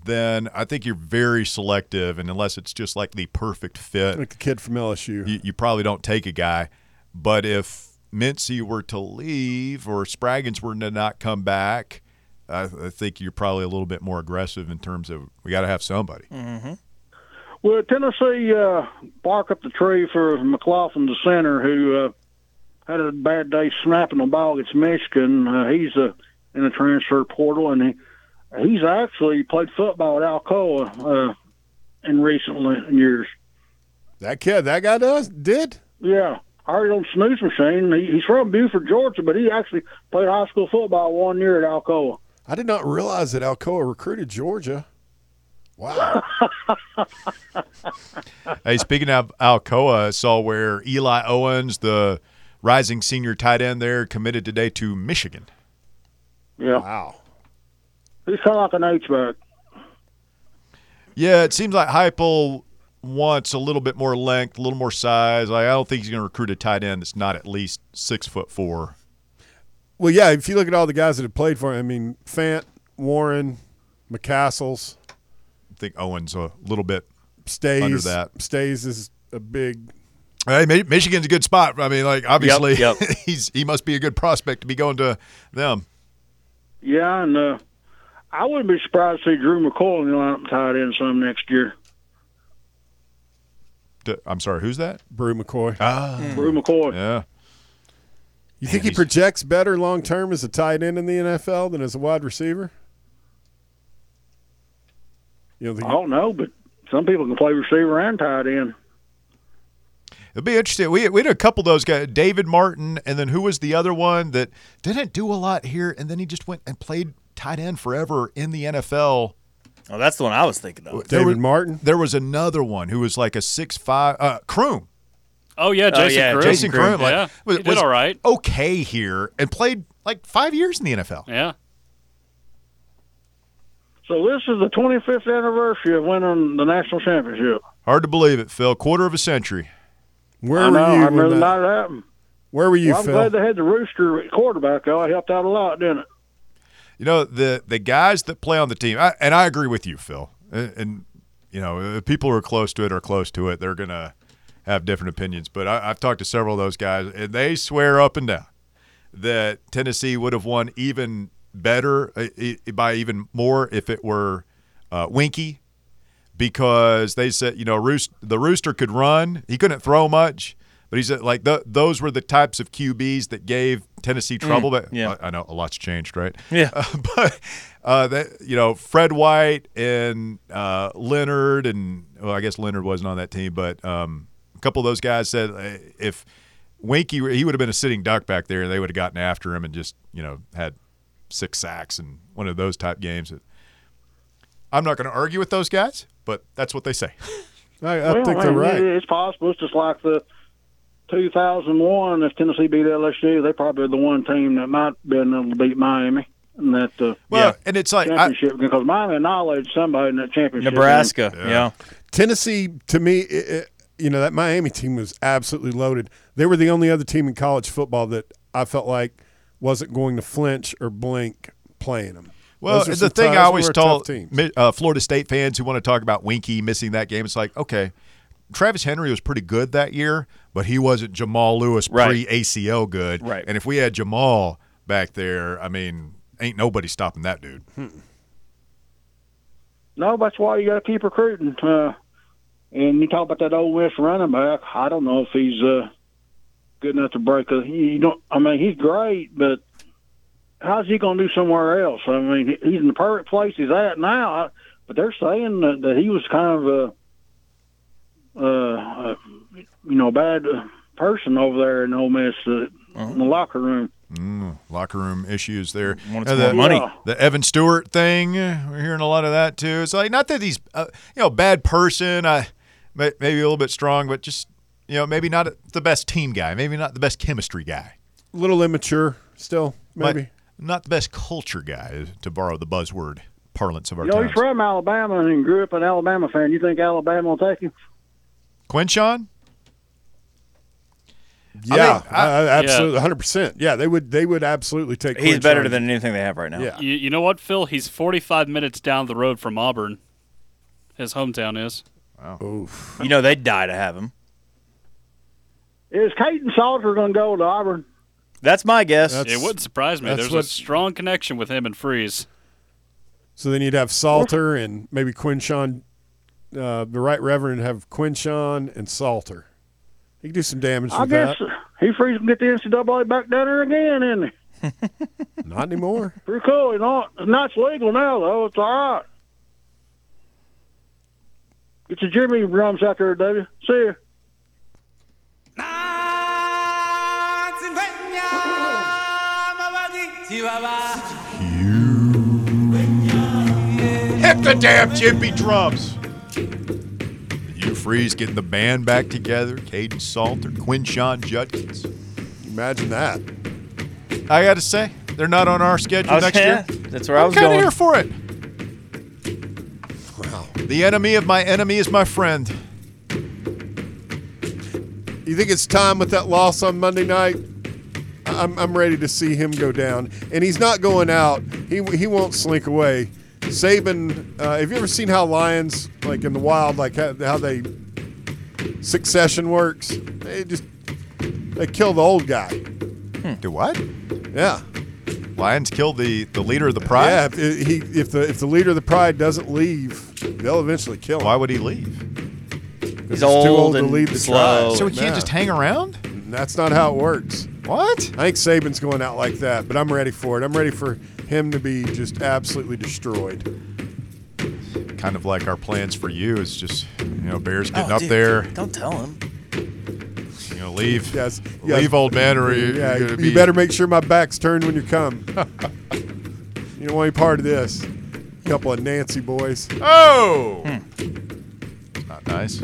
[SPEAKER 2] Then I think you're very selective, and unless it's just like the perfect fit,
[SPEAKER 4] like the kid from LSU.
[SPEAKER 2] you, you probably don't take a guy. But if Mincy were to leave or Spraggins were to not come back, I, I think you're probably a little bit more aggressive in terms of we got to have somebody.
[SPEAKER 9] Will Tennessee uh, bark up the tree for McLaughlin, the center, who uh, had a bad day snapping the ball against Michigan? Uh, he's uh, in the transfer portal, and he, he's actually played football at Alcoa uh, in recent years.
[SPEAKER 4] That kid, that guy does did.
[SPEAKER 9] Yeah, I heard on Snooze Machine. He, he's from Buford, Georgia, but he actually played high school football one year at Alcoa.
[SPEAKER 4] I did not realize that Alcoa recruited Georgia. Wow.
[SPEAKER 2] Hey, speaking of Alcoa, I saw where Eli Owens, the rising senior tight end there, committed today to Michigan.
[SPEAKER 9] Yeah,
[SPEAKER 4] wow.
[SPEAKER 9] he's kind of like an H back.
[SPEAKER 2] Yeah, it seems like Heupel wants a little bit more length, a little more size. Like, I don't think he's going to recruit a tight end that's not at least six foot four.
[SPEAKER 4] Well, yeah, if you look at all the guys that have played for him, I mean, Fant, Warren, McCastles,
[SPEAKER 2] I think Owens a little bit
[SPEAKER 4] Stays.
[SPEAKER 2] Under that.
[SPEAKER 4] Stays is a big.
[SPEAKER 2] Hey, Mi- Michigan's a good spot. I mean, like obviously,
[SPEAKER 5] Yep, yep.
[SPEAKER 2] he's he must be a good prospect to be going to them.
[SPEAKER 9] Yeah, and uh, I wouldn't be surprised to see Drew McCoy in the lineup tied in some next year.
[SPEAKER 2] D- I'm sorry, who's that?
[SPEAKER 4] Brew McCoy.
[SPEAKER 2] Ah,
[SPEAKER 9] Drew McCoy.
[SPEAKER 2] yeah.
[SPEAKER 4] You think he
[SPEAKER 2] he's-
[SPEAKER 4] projects better long term as a tight end in the NFL than as a wide receiver? You don't think
[SPEAKER 9] I don't know, but some people can play receiver and tight end.
[SPEAKER 2] It'll be interesting. We we had a couple of those guys, David Martin, and then who was the other one that didn't do a lot here, and then he just went and played tight end forever in the NFL.
[SPEAKER 5] Oh, that's the one I was thinking of.
[SPEAKER 2] There
[SPEAKER 4] David
[SPEAKER 2] was-
[SPEAKER 4] Martin?
[SPEAKER 2] There was another one who was like a six five uh, Kroom.
[SPEAKER 3] Oh yeah, Jason
[SPEAKER 5] yeah,
[SPEAKER 3] Groom.
[SPEAKER 2] Jason
[SPEAKER 5] Kroon,
[SPEAKER 2] Kroon, like,
[SPEAKER 3] yeah,
[SPEAKER 2] was,
[SPEAKER 3] he did
[SPEAKER 2] was
[SPEAKER 3] all right.
[SPEAKER 2] okay here and played like five years in the NFL.
[SPEAKER 3] Yeah,
[SPEAKER 9] So this is the 25th anniversary of winning the national championship.
[SPEAKER 2] Hard to believe it, Phil. Quarter of a century.
[SPEAKER 4] Where
[SPEAKER 9] I
[SPEAKER 4] were
[SPEAKER 9] know.
[SPEAKER 4] you?
[SPEAKER 9] I
[SPEAKER 4] when
[SPEAKER 9] remember
[SPEAKER 4] that-
[SPEAKER 9] that happened.
[SPEAKER 4] where were you,
[SPEAKER 9] Well, I'm
[SPEAKER 4] Phil?
[SPEAKER 9] glad they had the Rooster at quarterback. though. It helped out a lot, didn't it?
[SPEAKER 2] You know the the guys that play on the team, I, and I agree with you, Phil. And, and you know, the people who are close to it are close to it. They're gonna have different opinions, but I, I've talked to several of those guys, and they swear up and down that Tennessee would have won even better uh, e- by even more if it were uh, Winky, because they said you know Roost, the Rooster could run, he couldn't throw much. But he said, like th those were the types of QBs that gave Tennessee trouble. but uh,
[SPEAKER 5] yeah.
[SPEAKER 2] I, I know a lot's changed, right?
[SPEAKER 5] Yeah.
[SPEAKER 2] Uh, but uh, that you know, Fred White and uh, Leonard, and well, I guess Leonard wasn't on that team, but um, a couple of those guys said uh, if Winky, were- he would have been a sitting duck back there, they would have gotten after him and just you know had six sacks and one of those type games. I'm not going to argue with those guys, but that's what they say.
[SPEAKER 4] I, I
[SPEAKER 9] well,
[SPEAKER 4] think
[SPEAKER 9] I
[SPEAKER 4] they're
[SPEAKER 9] mean,
[SPEAKER 4] right.
[SPEAKER 9] it- It's possible. It's just like the 2001. If Tennessee beat LSU, they probably the one team that might been able to beat Miami in that uh,
[SPEAKER 2] Well, and it's like I,
[SPEAKER 9] championship because Miami annihilated somebody in that championship.
[SPEAKER 5] Nebraska. yeah.
[SPEAKER 4] Tennessee, to me, it, it, you know, that Miami team was absolutely loaded. They were the only other team in college football that I felt like wasn't going to flinch or blink playing them.
[SPEAKER 2] Well,
[SPEAKER 4] Those are
[SPEAKER 2] the
[SPEAKER 4] some
[SPEAKER 2] thing
[SPEAKER 4] tough-
[SPEAKER 2] I
[SPEAKER 4] those
[SPEAKER 2] always
[SPEAKER 4] were tough
[SPEAKER 2] tell
[SPEAKER 4] teams.
[SPEAKER 2] Mi- uh, Florida State fans who want to talk about Winky missing that game, it's like, okay, Travis Henry was pretty good that year, but he wasn't Jamal Lewis
[SPEAKER 5] Right.
[SPEAKER 2] pre ACL good.
[SPEAKER 5] Right.
[SPEAKER 2] And if we had Jamal back there, I mean, ain't nobody stopping that dude.
[SPEAKER 9] No, that's why you got to keep recruiting. Uh, and you talk about that old Miss running back. I don't know if he's uh, good enough to break. A, you don't. I mean, he's great, but how's he going to do somewhere else? I mean, he- he's in the perfect place he's at now. But they're saying that, that he was kind of a, uh, a you know, bad person over there in Ole Miss uh, in the locker room.
[SPEAKER 2] Locker room issues there.
[SPEAKER 5] Wanted
[SPEAKER 2] Uh,
[SPEAKER 5] some more
[SPEAKER 2] the,
[SPEAKER 5] money.
[SPEAKER 9] Yeah.
[SPEAKER 2] The Evan Stewart thing, uh, we're hearing a lot of that too. It's like, not that he's, uh, you know, bad person, uh, may- maybe a little bit strong, but just, you know, maybe not the best team guy, maybe not the best chemistry guy.
[SPEAKER 4] A little immature still,
[SPEAKER 2] Like,
[SPEAKER 4] maybe.
[SPEAKER 2] not the best culture guy, to borrow the buzzword parlance of our
[SPEAKER 9] You know,
[SPEAKER 2] time.
[SPEAKER 9] he's from Alabama and grew up an Alabama fan. You think Alabama will take him?
[SPEAKER 2] Quinshon?
[SPEAKER 4] yeah,
[SPEAKER 2] mean, I-
[SPEAKER 4] I- I absolutely, hundred percent. Yeah, they would. They would absolutely take.
[SPEAKER 5] He's
[SPEAKER 4] Quinchon.
[SPEAKER 5] better than anything they have right now.
[SPEAKER 4] Yeah.
[SPEAKER 3] You, you know what, Phil? He's 45 minutes down the road from Auburn. His hometown is.
[SPEAKER 5] You know, they'd die to have him.
[SPEAKER 9] Is Caden Salter going to go to Auburn?
[SPEAKER 5] That's my guess.
[SPEAKER 4] That's-
[SPEAKER 3] It wouldn't surprise me.
[SPEAKER 4] that's
[SPEAKER 3] There's a
[SPEAKER 4] what-
[SPEAKER 3] strong connection with him and Freeze.
[SPEAKER 4] So then you'd have Salter and maybe Quinshawn, uh, the right Reverend, have Quinshawn and Salter. He could do some damage
[SPEAKER 9] I
[SPEAKER 4] with
[SPEAKER 9] guess
[SPEAKER 4] that.
[SPEAKER 9] he frees can get the NCAA back down there again, isn't he?
[SPEAKER 4] Not anymore.
[SPEAKER 9] Pretty cool. You know, it's not legal now though. It's all right. Get your Jimmy drums out there, W. See ya.
[SPEAKER 2] Hit the damn jimpy drums! You freeze getting the band back together. Caden Salter, Quinshon Judkins.
[SPEAKER 4] Imagine that.
[SPEAKER 2] I got to say, they're not on our schedule
[SPEAKER 5] I was-
[SPEAKER 2] next
[SPEAKER 5] yeah,
[SPEAKER 2] year.
[SPEAKER 5] that's where I was
[SPEAKER 2] kind of
[SPEAKER 5] going.
[SPEAKER 2] here for it. The enemy of my enemy is my friend.
[SPEAKER 4] You think it's time with that loss on Monday night? I'm, I'm ready to see him go down, and he's not going out. He he won't slink away. Saban, uh, have you ever seen how lions like in the wild, like how, how they succession works? They just they kill the old guy.
[SPEAKER 2] Do what?
[SPEAKER 4] Yeah,
[SPEAKER 2] Lions killed the, the leader of the pride?
[SPEAKER 4] yeah. If he if the if the leader of the pride doesn't leave, they'll eventually kill him.
[SPEAKER 2] Why would he leave?
[SPEAKER 5] He's
[SPEAKER 4] He's too old
[SPEAKER 5] old
[SPEAKER 4] to
[SPEAKER 5] and
[SPEAKER 4] lead the
[SPEAKER 5] slow.
[SPEAKER 4] tribe.
[SPEAKER 2] so he can't
[SPEAKER 4] nah.
[SPEAKER 2] just hang around?
[SPEAKER 4] That's not how it works.
[SPEAKER 2] What?
[SPEAKER 4] I think Saban's going out like that, but I'm ready for it. I'm ready for him to be just absolutely destroyed.
[SPEAKER 2] kind of like our plans for you is just you know bears getting
[SPEAKER 5] Oh,
[SPEAKER 2] up
[SPEAKER 5] dude,
[SPEAKER 2] there
[SPEAKER 5] Don't tell him.
[SPEAKER 2] you know leave
[SPEAKER 4] Yes, yes.
[SPEAKER 2] leave old man or you,
[SPEAKER 4] yeah,
[SPEAKER 2] you're
[SPEAKER 4] you
[SPEAKER 2] gonna be-
[SPEAKER 4] better make sure my back's turned when you come. you don't want any part of this. Couple of Nancy boys.
[SPEAKER 2] oh
[SPEAKER 5] Hmm.
[SPEAKER 2] It's not nice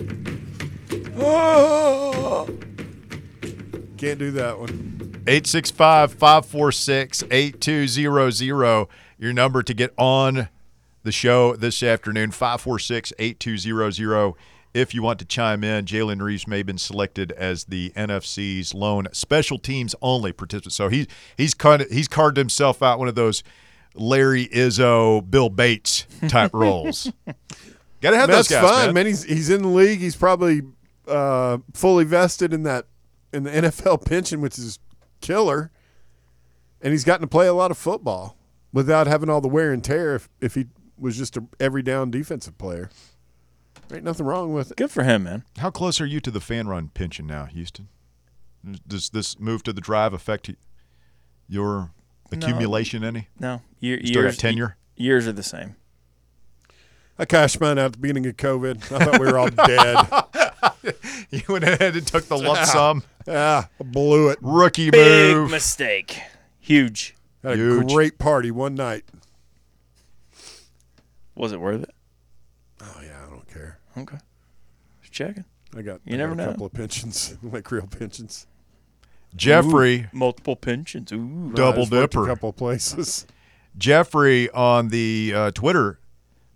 [SPEAKER 4] Can't do that one.
[SPEAKER 2] 865-546-8200 your number to get on the show this afternoon 546-8200 if you want to chime in jalen reeves may have been selected as the nfc's lone special teams only participant so he, he's kind he's carved himself out one of those larry izzo bill bates type roles gotta have
[SPEAKER 4] That's
[SPEAKER 2] those guys
[SPEAKER 4] fine,
[SPEAKER 2] man.
[SPEAKER 4] man. He's he's in the league. He's probably uh, fully vested in that in the NFL pension, which is killer. And he's gotten to play a lot of football without having all the wear and tear. If, if he was just a every down defensive player, ain't nothing wrong with it.
[SPEAKER 5] Good for him, man.
[SPEAKER 2] how close are you to the fan run pension now houston does this move to the drive affect y- your accumulation any
[SPEAKER 5] No, year,
[SPEAKER 2] Still
[SPEAKER 5] years
[SPEAKER 2] got tenure.
[SPEAKER 5] years are the same.
[SPEAKER 4] I cashed mine out at the beginning of COVID. I thought we were all dead.
[SPEAKER 2] You went ahead and took the lump sum.
[SPEAKER 4] ah, I blew it.
[SPEAKER 2] Rookie
[SPEAKER 5] Big
[SPEAKER 2] move.
[SPEAKER 5] mistake. Huge.
[SPEAKER 4] Had
[SPEAKER 2] Huge.
[SPEAKER 4] a great party one night.
[SPEAKER 5] Was it worth it?
[SPEAKER 4] Oh yeah, I don't care.
[SPEAKER 5] Okay. checking.
[SPEAKER 4] I got
[SPEAKER 5] You
[SPEAKER 4] I
[SPEAKER 5] never
[SPEAKER 4] got a
[SPEAKER 5] know.
[SPEAKER 4] couple of pensions, like real pensions.
[SPEAKER 2] Jeffrey,
[SPEAKER 5] Multiple pensions. Ooh.
[SPEAKER 4] I
[SPEAKER 2] double
[SPEAKER 4] just worked
[SPEAKER 2] dipper.
[SPEAKER 4] A couple of places.
[SPEAKER 2] Jeffrey on the uh, Twitter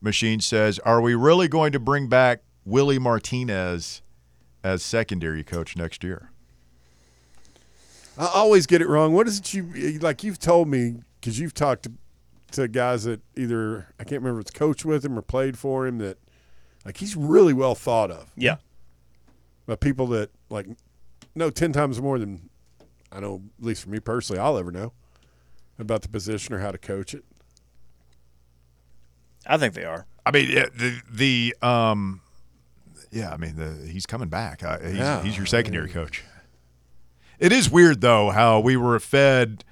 [SPEAKER 2] machine says, "Are we really going to bring back Willie Martinez as secondary coach next year?"
[SPEAKER 4] I always get it wrong. What is it you like? You've told me because you've talked to, to guys that either I can't remember if it's coached with him or played for him that like he's really well thought of
[SPEAKER 5] Yeah.
[SPEAKER 4] by people that like know ten times more than I know. At least for me personally, I'll ever know about the position or how to coach it.
[SPEAKER 5] I think they are.
[SPEAKER 2] I mean, yeah, the the um, yeah, I mean, the, he's coming back. Uh, he's,
[SPEAKER 4] Yeah.
[SPEAKER 2] he's your secondary coach. It is weird though how we were fed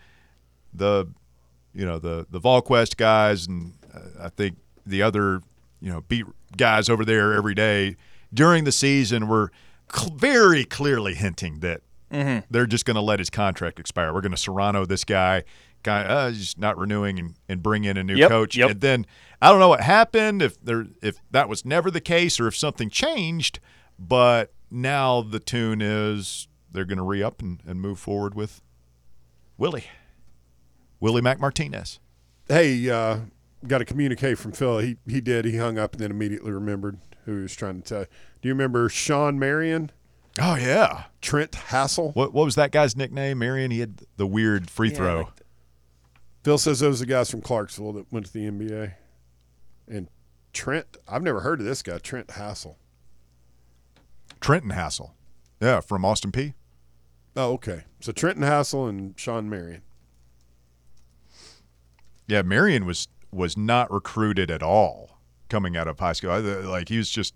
[SPEAKER 2] the, you know, the the VolQuest guys and uh, I think the other you know beat guys over there every day during the season were cl- very clearly hinting that
[SPEAKER 5] Mm-hmm.
[SPEAKER 2] they're just going to let his contract expire. We're going to Serrano this guy, guy, uh, he's not renewing and, and bring in a new
[SPEAKER 5] Yep,
[SPEAKER 2] coach.
[SPEAKER 5] yep.
[SPEAKER 2] And then I don't know what happened if there if that was never the case or if something changed, but now the tune is they're going to re up and, and move forward with Willie, Willie Mac Martinez.
[SPEAKER 4] hey, uh, got a communique from Phil. He he did. He hung up and then immediately remembered who he was trying to tell. Do you remember Sean Marion,
[SPEAKER 2] Oh yeah,
[SPEAKER 4] Trent Hassel?
[SPEAKER 2] what what was that guy's nickname? Marion. He had the weird free throw.
[SPEAKER 4] Phil says those are guys from Clarksville that went to the NBA. And Trent, I've never heard of this guy, Trent Hassel.
[SPEAKER 2] Trenton Hassel. Yeah, from Austin P.
[SPEAKER 4] Oh, okay. So Trenton Hassel and Sean Marion.
[SPEAKER 2] Yeah, Marion was was not recruited at all coming out of high school. I, like he was just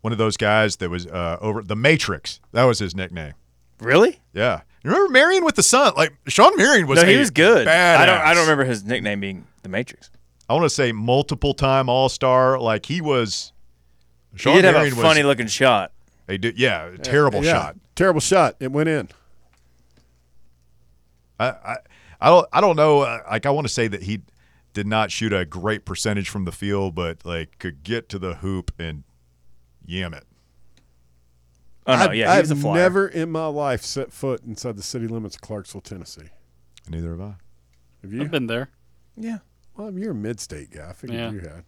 [SPEAKER 2] one of those guys that was uh, over the Matrix. That was his nickname.
[SPEAKER 5] Really?
[SPEAKER 2] Yeah, you remember Marion with the sun? Like Sean Marion was.
[SPEAKER 5] no, he
[SPEAKER 2] a
[SPEAKER 5] was good. I don't. I
[SPEAKER 2] badass.
[SPEAKER 5] don't remember his nickname being the Matrix.
[SPEAKER 2] I want to say multiple time All Star. Like he was. Sean
[SPEAKER 5] he did have
[SPEAKER 2] Marion
[SPEAKER 5] a funny
[SPEAKER 2] was.
[SPEAKER 5] looking shot.
[SPEAKER 2] They did, yeah, a terrible
[SPEAKER 4] Yeah,
[SPEAKER 2] shot.
[SPEAKER 4] Terrible shot. It went in.
[SPEAKER 2] I, I, I don't I don't know. uh, Like I want to say that he did not shoot a great percentage from the field, but like could get to the hoop and yam it.
[SPEAKER 5] Oh no,
[SPEAKER 4] I-
[SPEAKER 5] yeah, he was a
[SPEAKER 4] I've
[SPEAKER 5] flyer.
[SPEAKER 4] never in my life set foot inside the city limits of Clarksville, Tennessee.
[SPEAKER 2] Neither have I.
[SPEAKER 4] Have you?
[SPEAKER 3] I've been there.
[SPEAKER 5] yeah,
[SPEAKER 4] well, you're a mid state guy. I figured
[SPEAKER 3] Yeah.
[SPEAKER 4] you had.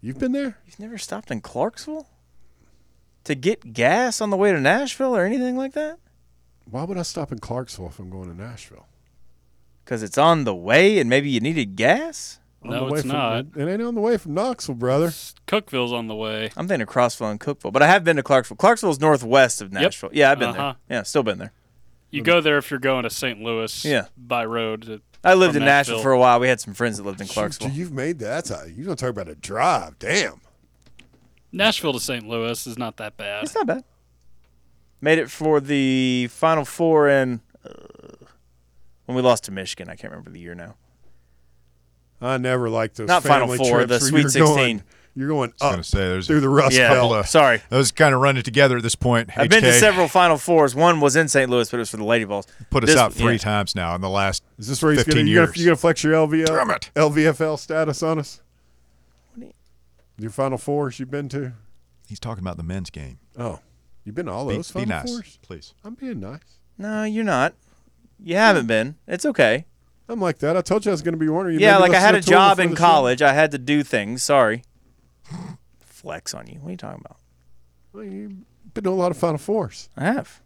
[SPEAKER 4] You've been there?
[SPEAKER 5] you've never stopped in Clarksville to get gas on the way to Nashville or anything like that.
[SPEAKER 4] Why would I stop in Clarksville if I'm going to Nashville?
[SPEAKER 5] Because it's on the way, and maybe you needed gas.
[SPEAKER 4] On
[SPEAKER 3] No,
[SPEAKER 4] the way
[SPEAKER 3] it's
[SPEAKER 4] from,
[SPEAKER 3] not.
[SPEAKER 4] It ain't on the way from Knoxville, brother.
[SPEAKER 3] Cookville's on the way.
[SPEAKER 5] I'm thinking of Crossville and Cookville, but I have been to Clarksville. Clarksville's northwest of Nashville. Yeah, I've been
[SPEAKER 3] Uh-huh.
[SPEAKER 5] there. Yeah, still been there.
[SPEAKER 3] You
[SPEAKER 4] Mm.
[SPEAKER 3] go there if you're going to St. Louis
[SPEAKER 5] Yeah.
[SPEAKER 3] by road. to-
[SPEAKER 5] I lived
[SPEAKER 3] from
[SPEAKER 5] in Nashville. for a while. We had some friends that lived in Clarksville.
[SPEAKER 4] Dude, you've made that. That's how you gonna talk about a drive. Damn.
[SPEAKER 3] Nashville to St. Louis is not that bad.
[SPEAKER 5] It's not bad. Made it for the Final Four in uh, when we lost to Michigan. I can't remember the year now.
[SPEAKER 4] I never liked those.
[SPEAKER 5] Not Final
[SPEAKER 4] family
[SPEAKER 5] Four,
[SPEAKER 4] trips
[SPEAKER 5] the
[SPEAKER 4] where
[SPEAKER 5] Sweet
[SPEAKER 4] you're
[SPEAKER 5] 16.
[SPEAKER 4] Going, you're going
[SPEAKER 2] I was
[SPEAKER 4] up
[SPEAKER 2] gonna say there's
[SPEAKER 4] through the Rust
[SPEAKER 5] Yeah,
[SPEAKER 4] Belt.
[SPEAKER 5] sorry.
[SPEAKER 2] Those kind of running together at this point.
[SPEAKER 5] I've been to
[SPEAKER 2] HK.
[SPEAKER 5] several Final Fours. One was in St. Louis, but it was for the Lady Balls.
[SPEAKER 2] Put us
[SPEAKER 5] This-
[SPEAKER 2] out three
[SPEAKER 5] yeah.
[SPEAKER 2] times now in the last.
[SPEAKER 4] Is this where he's
[SPEAKER 2] 15
[SPEAKER 4] gonna you
[SPEAKER 2] years?
[SPEAKER 4] gonna, you gonna flex your LVL,
[SPEAKER 2] Damn it.
[SPEAKER 4] LVFL status on us?
[SPEAKER 5] do you-
[SPEAKER 4] Your Final Fours you've been to?
[SPEAKER 2] He's talking about the men's game.
[SPEAKER 4] Oh, you've been to all
[SPEAKER 2] Be,
[SPEAKER 4] those
[SPEAKER 2] be
[SPEAKER 4] Final
[SPEAKER 2] nice,
[SPEAKER 4] Fours.
[SPEAKER 2] please.
[SPEAKER 4] I'm being nice.
[SPEAKER 5] No, you're not. You haven't been. It's okay.
[SPEAKER 4] I'm like that. I told you I was gonna be one. You
[SPEAKER 5] yeah,
[SPEAKER 4] made me
[SPEAKER 5] like I
[SPEAKER 4] listen
[SPEAKER 5] had
[SPEAKER 4] to
[SPEAKER 5] a
[SPEAKER 4] Tool before
[SPEAKER 5] job in
[SPEAKER 4] the show.
[SPEAKER 5] college. I had to do things. Sorry. Flex on you. What are you talking about?
[SPEAKER 4] Well, You've been to a lot of Final Fours.
[SPEAKER 5] I have.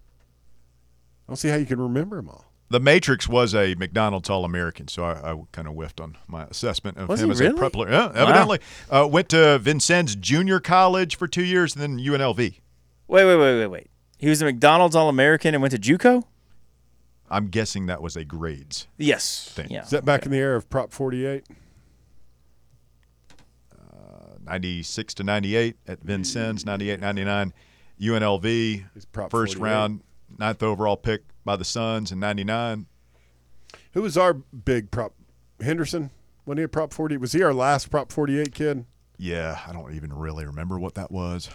[SPEAKER 4] I don't see how you can remember them all.
[SPEAKER 2] The Matrix was a McDonald's All American, so I, I kind of whiffed on my assessment of
[SPEAKER 5] Was
[SPEAKER 2] him
[SPEAKER 5] he
[SPEAKER 2] as a
[SPEAKER 5] really?
[SPEAKER 2] prep player. Yeah, evidently. Uh, went to Vincennes Junior College for two years and then UNLV.
[SPEAKER 5] Wait, wait, wait, wait, wait. He was a McDonald's All American and went to JUCO.
[SPEAKER 2] I'm guessing that was a grades.
[SPEAKER 5] Yes.
[SPEAKER 2] Thanks.
[SPEAKER 5] Yeah.
[SPEAKER 4] Is that back in the era of Prop 48?
[SPEAKER 2] 96 to 98 at Vincennes, 98 99. UNLV,
[SPEAKER 4] He's prop
[SPEAKER 2] first
[SPEAKER 4] 48.
[SPEAKER 2] round, ninth overall pick by the Suns in 99.
[SPEAKER 4] Who was our big prop? Henderson? When he a prop 40? Was he our last prop 48 kid?
[SPEAKER 2] Yeah, I don't even really remember what that was.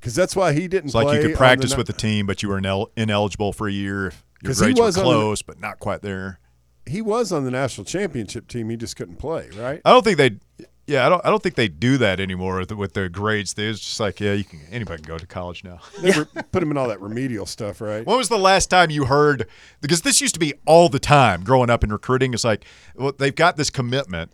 [SPEAKER 4] Because that's why he didn't
[SPEAKER 2] It's like
[SPEAKER 4] play
[SPEAKER 2] you
[SPEAKER 4] on
[SPEAKER 2] could practice with the
[SPEAKER 4] ni-
[SPEAKER 2] team, but you were inel- ineligible for a year. Your
[SPEAKER 4] 'Cause he
[SPEAKER 2] grades were
[SPEAKER 4] was on the-
[SPEAKER 2] close, but not quite there. Uh,
[SPEAKER 4] He was on the national championship team. He just couldn't play, right?
[SPEAKER 2] I don't think they. Yeah, I don't. I don't think they do that anymore with the, with the grades. They're just like, yeah, you can anybody can go to college now.
[SPEAKER 4] They re- put him in all that remedial stuff, right?
[SPEAKER 2] When was the last time you heard? Because this used to be all the time growing up in recruiting. It's like, well, they've got this commitment,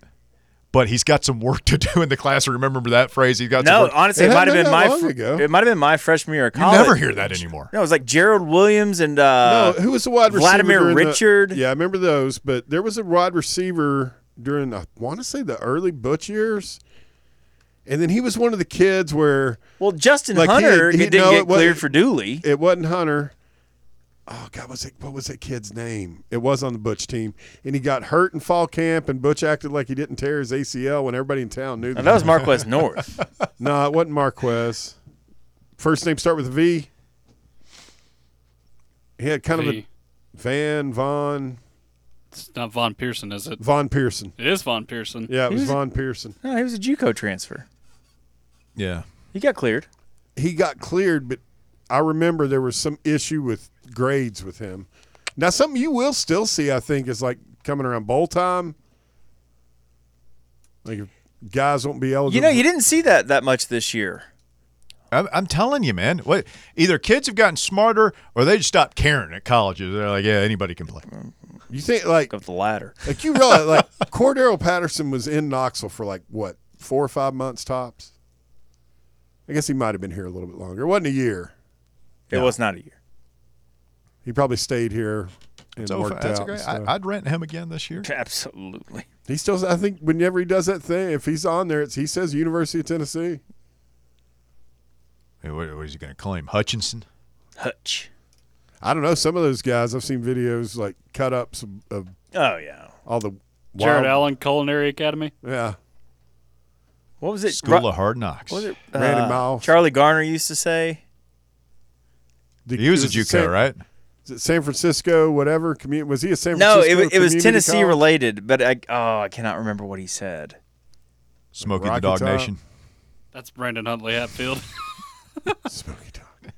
[SPEAKER 2] but he's got some work to do in the class. I remember that phrase. He's got some
[SPEAKER 5] No,
[SPEAKER 2] work.
[SPEAKER 5] honestly,
[SPEAKER 4] It
[SPEAKER 5] it, might
[SPEAKER 4] hadn't
[SPEAKER 5] have
[SPEAKER 4] been
[SPEAKER 5] been
[SPEAKER 4] that
[SPEAKER 5] my
[SPEAKER 4] long
[SPEAKER 5] fr-
[SPEAKER 4] ago.
[SPEAKER 5] it might have been my freshman year of
[SPEAKER 2] you
[SPEAKER 5] college.
[SPEAKER 2] never hear that anymore.
[SPEAKER 5] No, it was like Gerald Williams and uh,
[SPEAKER 4] no, Oh, who was the wide receiver?
[SPEAKER 5] Vladimir
[SPEAKER 4] during the-
[SPEAKER 5] Richard.
[SPEAKER 4] yeah, I remember those. But there was a wide receiver during I want to say the early Butch years, and then he was one of the kids where
[SPEAKER 5] well Justin
[SPEAKER 4] Like, he-
[SPEAKER 5] Hunter
[SPEAKER 4] he-
[SPEAKER 5] didn't
[SPEAKER 4] no, it
[SPEAKER 5] get
[SPEAKER 4] wasn't-
[SPEAKER 5] cleared for Dooley.
[SPEAKER 4] it wasn't Hunter. Oh God, was it? What was that kid's name? It was on the Butch team, and he got hurt in fall camp, and Butch acted like he didn't tear his ACL when everybody in town knew.
[SPEAKER 5] No, that was Marquez North.
[SPEAKER 4] no, it wasn't Marquez. First name start with a V. He had kind of a
[SPEAKER 3] V.
[SPEAKER 4] Van Von
[SPEAKER 3] It's not Von Pearson, is it?
[SPEAKER 4] Von Pearson.
[SPEAKER 3] It is Von Pearson.
[SPEAKER 4] Yeah, it was Von Pearson.
[SPEAKER 5] No, he was a JUCO transfer.
[SPEAKER 2] Yeah,
[SPEAKER 5] He got cleared.
[SPEAKER 4] He got cleared, but I remember there was some issue with grades with him. Now, something you will still see, I think, is like coming around bowl time. Like if guys won't be eligible.
[SPEAKER 5] You know, you didn't see that that much this year.
[SPEAKER 2] I'm, I'm telling you, man. What either kids have gotten smarter or they just stopped caring at colleges. They're like, yeah, anybody can play.
[SPEAKER 4] you think like
[SPEAKER 5] Of the latter.
[SPEAKER 4] like you realize like Cordero Patterson was in Knoxville for like what four or five months tops. I guess he might have been here a little bit longer. It wasn't a year.
[SPEAKER 5] It was not a year.
[SPEAKER 4] He probably stayed here and
[SPEAKER 2] So
[SPEAKER 4] worked
[SPEAKER 2] that's
[SPEAKER 4] out. and
[SPEAKER 2] great.
[SPEAKER 4] stuff.
[SPEAKER 2] I, I'd rent him again this year.
[SPEAKER 5] Absolutely.
[SPEAKER 4] He still, I think, whenever he does that thing, if he's on there, it's, he says University of Tennessee.
[SPEAKER 2] Hey, What, what is he going to claim? Hutchinson?
[SPEAKER 5] Hutch.
[SPEAKER 4] I don't know. Some of those guys, I've seen videos like cut ups of, of
[SPEAKER 5] Oh yeah.
[SPEAKER 4] all the wild,
[SPEAKER 3] Jared Allen Culinary Academy.
[SPEAKER 4] Yeah,
[SPEAKER 5] What was it?
[SPEAKER 2] School
[SPEAKER 5] Ru-
[SPEAKER 2] of Hard Knocks.
[SPEAKER 5] what was it?
[SPEAKER 4] Randy
[SPEAKER 5] Uh,
[SPEAKER 4] Miles.
[SPEAKER 5] Charlie Garner used to say.
[SPEAKER 4] The-
[SPEAKER 2] He was a
[SPEAKER 4] it
[SPEAKER 2] JUCO,
[SPEAKER 4] San,
[SPEAKER 2] right?
[SPEAKER 4] is it San Francisco, whatever community was he a San
[SPEAKER 5] No,
[SPEAKER 4] Francisco?
[SPEAKER 5] it, wa- it was
[SPEAKER 4] community
[SPEAKER 5] Tennessee
[SPEAKER 4] college?
[SPEAKER 5] related, but I, oh, I cannot remember what he said.
[SPEAKER 2] Smoking the
[SPEAKER 4] Rocky
[SPEAKER 2] Dog
[SPEAKER 4] Top.
[SPEAKER 2] Nation.
[SPEAKER 3] That's Brandon Huntley Hatfield.
[SPEAKER 4] Smoky Dog.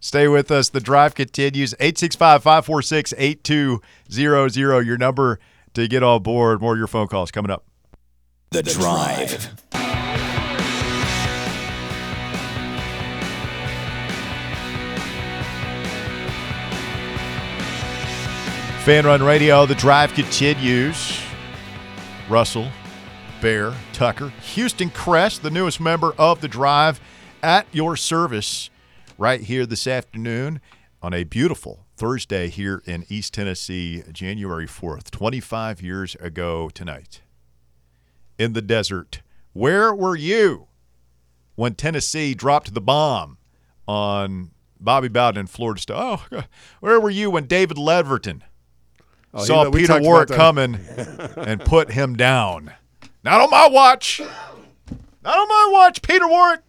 [SPEAKER 2] Stay with us. The drive continues. 865 546 8200. Your number to get on board. More of your phone calls coming up.
[SPEAKER 1] The drive.
[SPEAKER 2] Fan Run Radio. The drive continues. Russell, Bear, Tucker, Houston Crest, the newest member of the drive, at your service right here this afternoon on a beautiful Thursday here in East Tennessee, January 4th, 25 years ago tonight. In the desert, where were you when Tennessee dropped the bomb on Bobby Bowden in Florida State? Oh, where were you when David Leverton
[SPEAKER 4] you
[SPEAKER 2] saw
[SPEAKER 4] know, Oh, we
[SPEAKER 2] Peter
[SPEAKER 4] talked
[SPEAKER 2] Warwick
[SPEAKER 4] about that.
[SPEAKER 2] coming and put him down? Not on my watch. Not on my watch, Peter Warwick.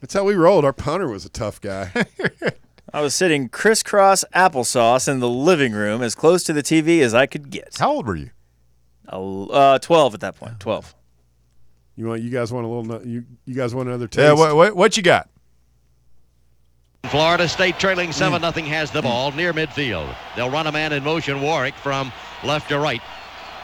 [SPEAKER 4] That's how we rolled. Our punter was a tough guy.
[SPEAKER 5] I was sitting crisscross applesauce in the living room, as close to the TV as I could get.
[SPEAKER 2] How old were you?
[SPEAKER 5] How? Uh, Twelve at that point. Twelve.
[SPEAKER 4] you want? You guys want a little? no- You you guys want another taste?
[SPEAKER 2] Yeah, what, what, what you got?
[SPEAKER 6] Florida State trailing 7 0 has the ball near midfield. They'll run a man in motion, Warwick, from left to right.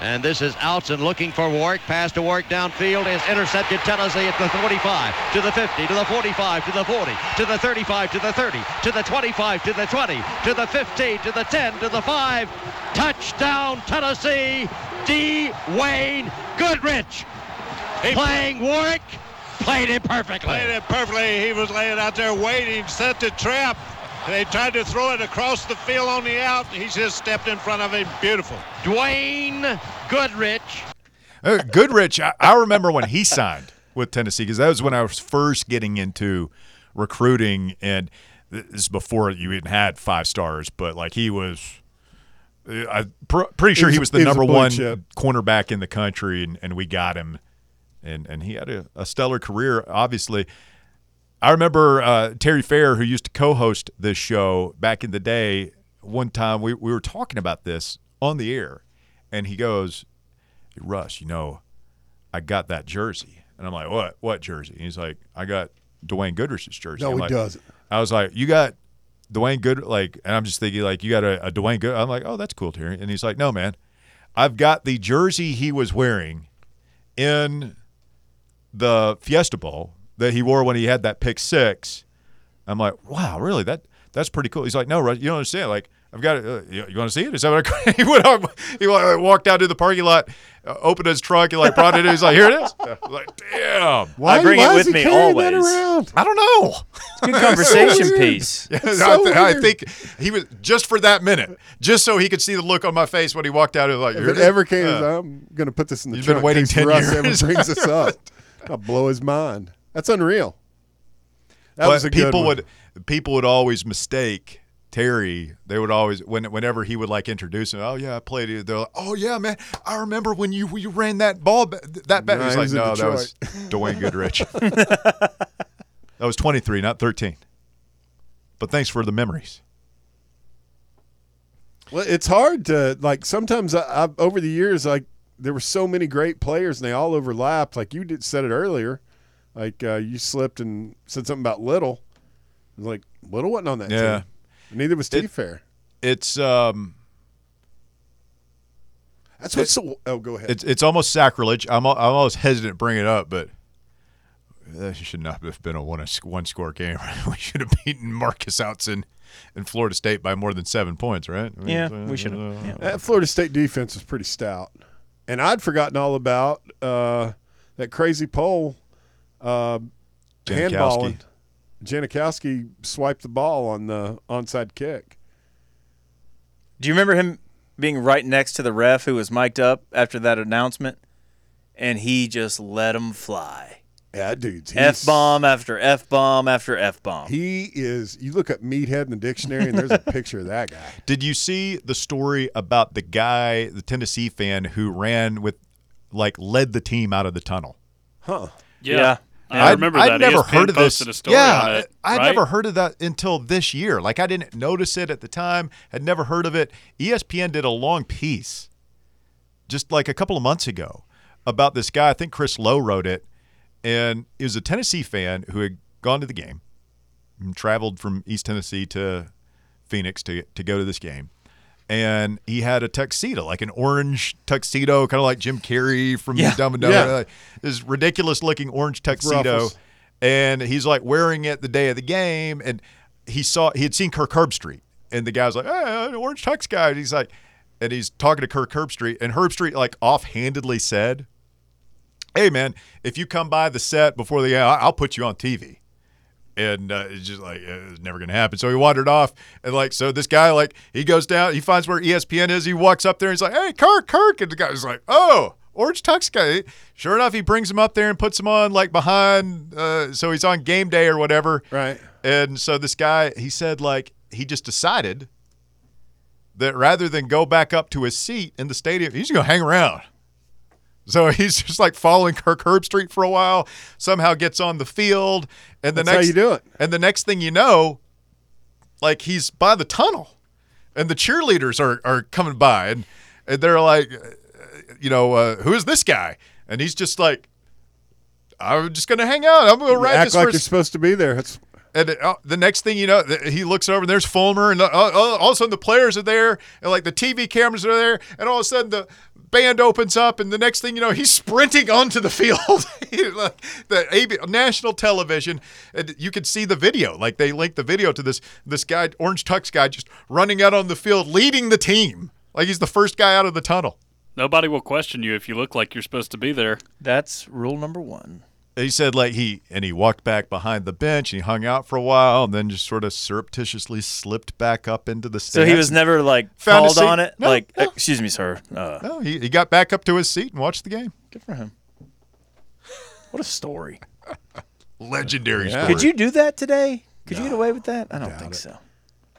[SPEAKER 6] And this is Outson looking for Warwick. Pass to Warwick downfield is intercepted. Tennessee at the 45, to the 50, to the 45, to the 40, to the 35, to the 30, to the 25, to the 20, to the 15, to the 10, to the 5. Touchdown, Tennessee. D. Wayne Goodrich. playing Warwick. Played it perfectly.
[SPEAKER 7] Played it perfectly. He was laying out there waiting, set the trap. They tried to throw it across the field on the out. He just stepped in front of him. Beautiful.
[SPEAKER 6] Dwayne Goodrich.
[SPEAKER 2] Uh, Goodrich, I, I remember when he signed with Tennessee because that was when I was first getting into recruiting, and th- this is before you even had five stars. But like he was, uh, I pr- pretty sure
[SPEAKER 4] was
[SPEAKER 2] he
[SPEAKER 4] a-
[SPEAKER 2] was the
[SPEAKER 4] he was a
[SPEAKER 2] number
[SPEAKER 4] blue
[SPEAKER 2] one
[SPEAKER 4] chip.
[SPEAKER 2] cornerback in the country, and, and we got him, and and he had a, a stellar career, obviously. I remember uh, Terry Fair, who used to co-host this show back in the day. One time we, we were talking about this on the air, and he goes, "Hey, "Russ, you know, I got that jersey," and I'm like, "What? What jersey?" And he's like, "I got Dwayne Goodrich's jersey."
[SPEAKER 4] No,
[SPEAKER 2] I'm
[SPEAKER 4] he
[SPEAKER 2] like-
[SPEAKER 4] doesn't.
[SPEAKER 2] I was like, "You got Dwayne Good?" Like, and I'm just thinking, like, "You got a, a Dwayne Good?" I'm like, "Oh, that's cool, Terry." And he's like, "No, man, I've got the jersey he was wearing in the Fiesta Bowl that he wore when he had that pick six. I'm like, wow, really? That that's pretty cool. He's like, no, Russ, you don't understand. Like, I've got it. Uh, you, you want to see it? Is that what I, he went up, He wa- walked out to the parking lot, uh, opened his trunk, and like brought it. in. He's like, here it is. I'm like, damn.
[SPEAKER 5] I bring it
[SPEAKER 4] why is
[SPEAKER 5] with
[SPEAKER 4] he
[SPEAKER 5] me
[SPEAKER 4] carrying that
[SPEAKER 5] always.
[SPEAKER 4] around?
[SPEAKER 2] I don't know.
[SPEAKER 5] Good conversation
[SPEAKER 4] weird.
[SPEAKER 5] piece.
[SPEAKER 2] I,
[SPEAKER 4] so
[SPEAKER 2] th- I
[SPEAKER 4] weird.
[SPEAKER 2] think he was just for that minute, just so he could see the look on my face when he walked out. He was like,
[SPEAKER 4] If
[SPEAKER 2] here
[SPEAKER 4] it ever
[SPEAKER 2] is.
[SPEAKER 4] came,
[SPEAKER 2] Uh,
[SPEAKER 4] I'm going to put this in the
[SPEAKER 2] you've been
[SPEAKER 4] trunk
[SPEAKER 2] waiting
[SPEAKER 4] in case
[SPEAKER 2] 10
[SPEAKER 4] Russ
[SPEAKER 2] years.
[SPEAKER 4] ever brings this up. I'll blow his mind. That's unreal. That
[SPEAKER 2] but
[SPEAKER 4] was a good
[SPEAKER 2] people
[SPEAKER 4] one.
[SPEAKER 2] would people would always mistake Terry. They would always when whenever he would like introduce him. Oh yeah, I played it. They're like, oh yeah, man, I remember when you you ran that ball ba- that bat.
[SPEAKER 4] No,
[SPEAKER 2] He's
[SPEAKER 4] he
[SPEAKER 2] like,
[SPEAKER 4] was in
[SPEAKER 2] no, that was Dwayne Goodrich. that was twenty three, not thirteen. But thanks for the memories.
[SPEAKER 4] Well, it's hard to like. Sometimes I, I've, over the years, like there were so many great players, and they all overlapped. Like you did said it earlier, like uh, you slipped and said something about Little. I was like Little wasn't on that
[SPEAKER 2] Yeah.
[SPEAKER 4] team. Neither was T
[SPEAKER 2] It-
[SPEAKER 4] Fair.
[SPEAKER 2] It's um.
[SPEAKER 4] That's what's so. Oh, go ahead.
[SPEAKER 2] it's it's almost sacrilege. I'm al- I'm almost hesitant to bring it up, but that should not have been a one one score game. we should have beaten Marcus Outson in Florida State by more than seven points, right? I mean,
[SPEAKER 5] Yeah,
[SPEAKER 2] uh,
[SPEAKER 5] we should have.
[SPEAKER 2] uh,
[SPEAKER 5] Yeah.
[SPEAKER 4] That Florida State defense was pretty stout, and I'd forgotten all about uh, that crazy pole uh,
[SPEAKER 2] Janikowski.
[SPEAKER 4] handballing. Janikowski swiped the ball on the onside kick.
[SPEAKER 5] Do you remember him being right next to the ref who was mic'd up after that announcement? And he just let him fly.
[SPEAKER 4] Yeah, that dude's he's-
[SPEAKER 5] F bomb after F bomb after F bomb.
[SPEAKER 4] He is. You look up meathead in the dictionary, and there's a picture of that guy.
[SPEAKER 2] Did you see the story about the guy, the Tennessee fan who ran with, like, led the team out of the tunnel?
[SPEAKER 3] Yeah.
[SPEAKER 5] Yeah.
[SPEAKER 3] I remember that. E
[SPEAKER 2] I'd never
[SPEAKER 3] ESPN
[SPEAKER 2] heard of this.
[SPEAKER 3] posted a story
[SPEAKER 2] yeah,
[SPEAKER 3] on it,
[SPEAKER 2] I- I'd
[SPEAKER 3] right?
[SPEAKER 2] never heard of that until this year. Like I didn't notice it at the time. Had never heard of it. E ESPN did a long piece, just like a couple of months ago, about this guy. I think Chris Lowe wrote it, and he was a Tennessee fan who had gone to the game, and traveled from East Tennessee to Phoenix to to go to this game. And he had a tuxedo, like an orange tuxedo, kind of like Jim Carrey from
[SPEAKER 5] Yeah.
[SPEAKER 2] Dumb and Dumber.
[SPEAKER 4] Yeah.
[SPEAKER 2] Like, this ridiculous looking orange tuxedo
[SPEAKER 4] ruffles.
[SPEAKER 2] and he's like wearing it the day of the game and he saw he had seen Kirk Herbstreit and the guy's like hey, an orange tux guy and he's like and he's talking to Kirk Herbstreit and Herbstreit like offhandedly said hey man if you come by the set before the I- I'll put you on TV and uh, it's just like uh, it's never gonna happen. So he wandered off, and like so, this guy like he goes down, he finds where E ESPN is. He walks up there, and he's like, "Hey, Kirk, Kirk," and the guy's like, "Oh, orange tux guy." Sure enough, he brings him up there and puts him on like behind, uh, so he's on game day or whatever.
[SPEAKER 4] Right.
[SPEAKER 2] And so this guy, he said like he just decided that rather than go back up to his seat in the stadium, he's gonna hang around. So he's just like following Kirk Herbstreit for a while. Somehow gets on the field, and the
[SPEAKER 4] That's how
[SPEAKER 2] next
[SPEAKER 4] you do it.
[SPEAKER 2] And the next thing you know, like he's by the tunnel, and the cheerleaders are are coming by, and, and they're like, uh, you know, uh, who is this guy? And he's just like, I'm just gonna hang out. I'm gonna
[SPEAKER 4] You
[SPEAKER 2] ride
[SPEAKER 4] act
[SPEAKER 2] this
[SPEAKER 4] like
[SPEAKER 2] for a
[SPEAKER 4] you're supposed to be there. That's
[SPEAKER 2] and uh, the next thing you know, th- he looks over and there's Fulmer, and uh, uh, all of a sudden the players are there, and like the TV cameras are there, and all of a sudden the band opens up, and the next thing you know, he's sprinting onto the field, He, like the AB, national television, and you could see the video. Like they linked the video to this this guy, orange tux guy, just running out on the field, leading the team, like he's the first guy out of the tunnel.
[SPEAKER 3] Nobody will question you if you look like you're supposed to be there.
[SPEAKER 5] That's rule number one.
[SPEAKER 2] he said like he and he walked back behind the bench and he hung out for a while and then just sort of surreptitiously slipped back up into the
[SPEAKER 5] So
[SPEAKER 2] stands.
[SPEAKER 5] he was never like
[SPEAKER 2] Found a
[SPEAKER 5] called
[SPEAKER 2] seat.
[SPEAKER 5] on it.
[SPEAKER 2] No,
[SPEAKER 5] like,
[SPEAKER 2] no.
[SPEAKER 5] excuse me, sir. Uh,
[SPEAKER 2] No, he, he got back up to his seat and watched the game.
[SPEAKER 5] good for him. What a story.
[SPEAKER 2] Legendary
[SPEAKER 4] Yeah.
[SPEAKER 2] story.
[SPEAKER 5] Could you do that today? Could you get away with that? I don't think so.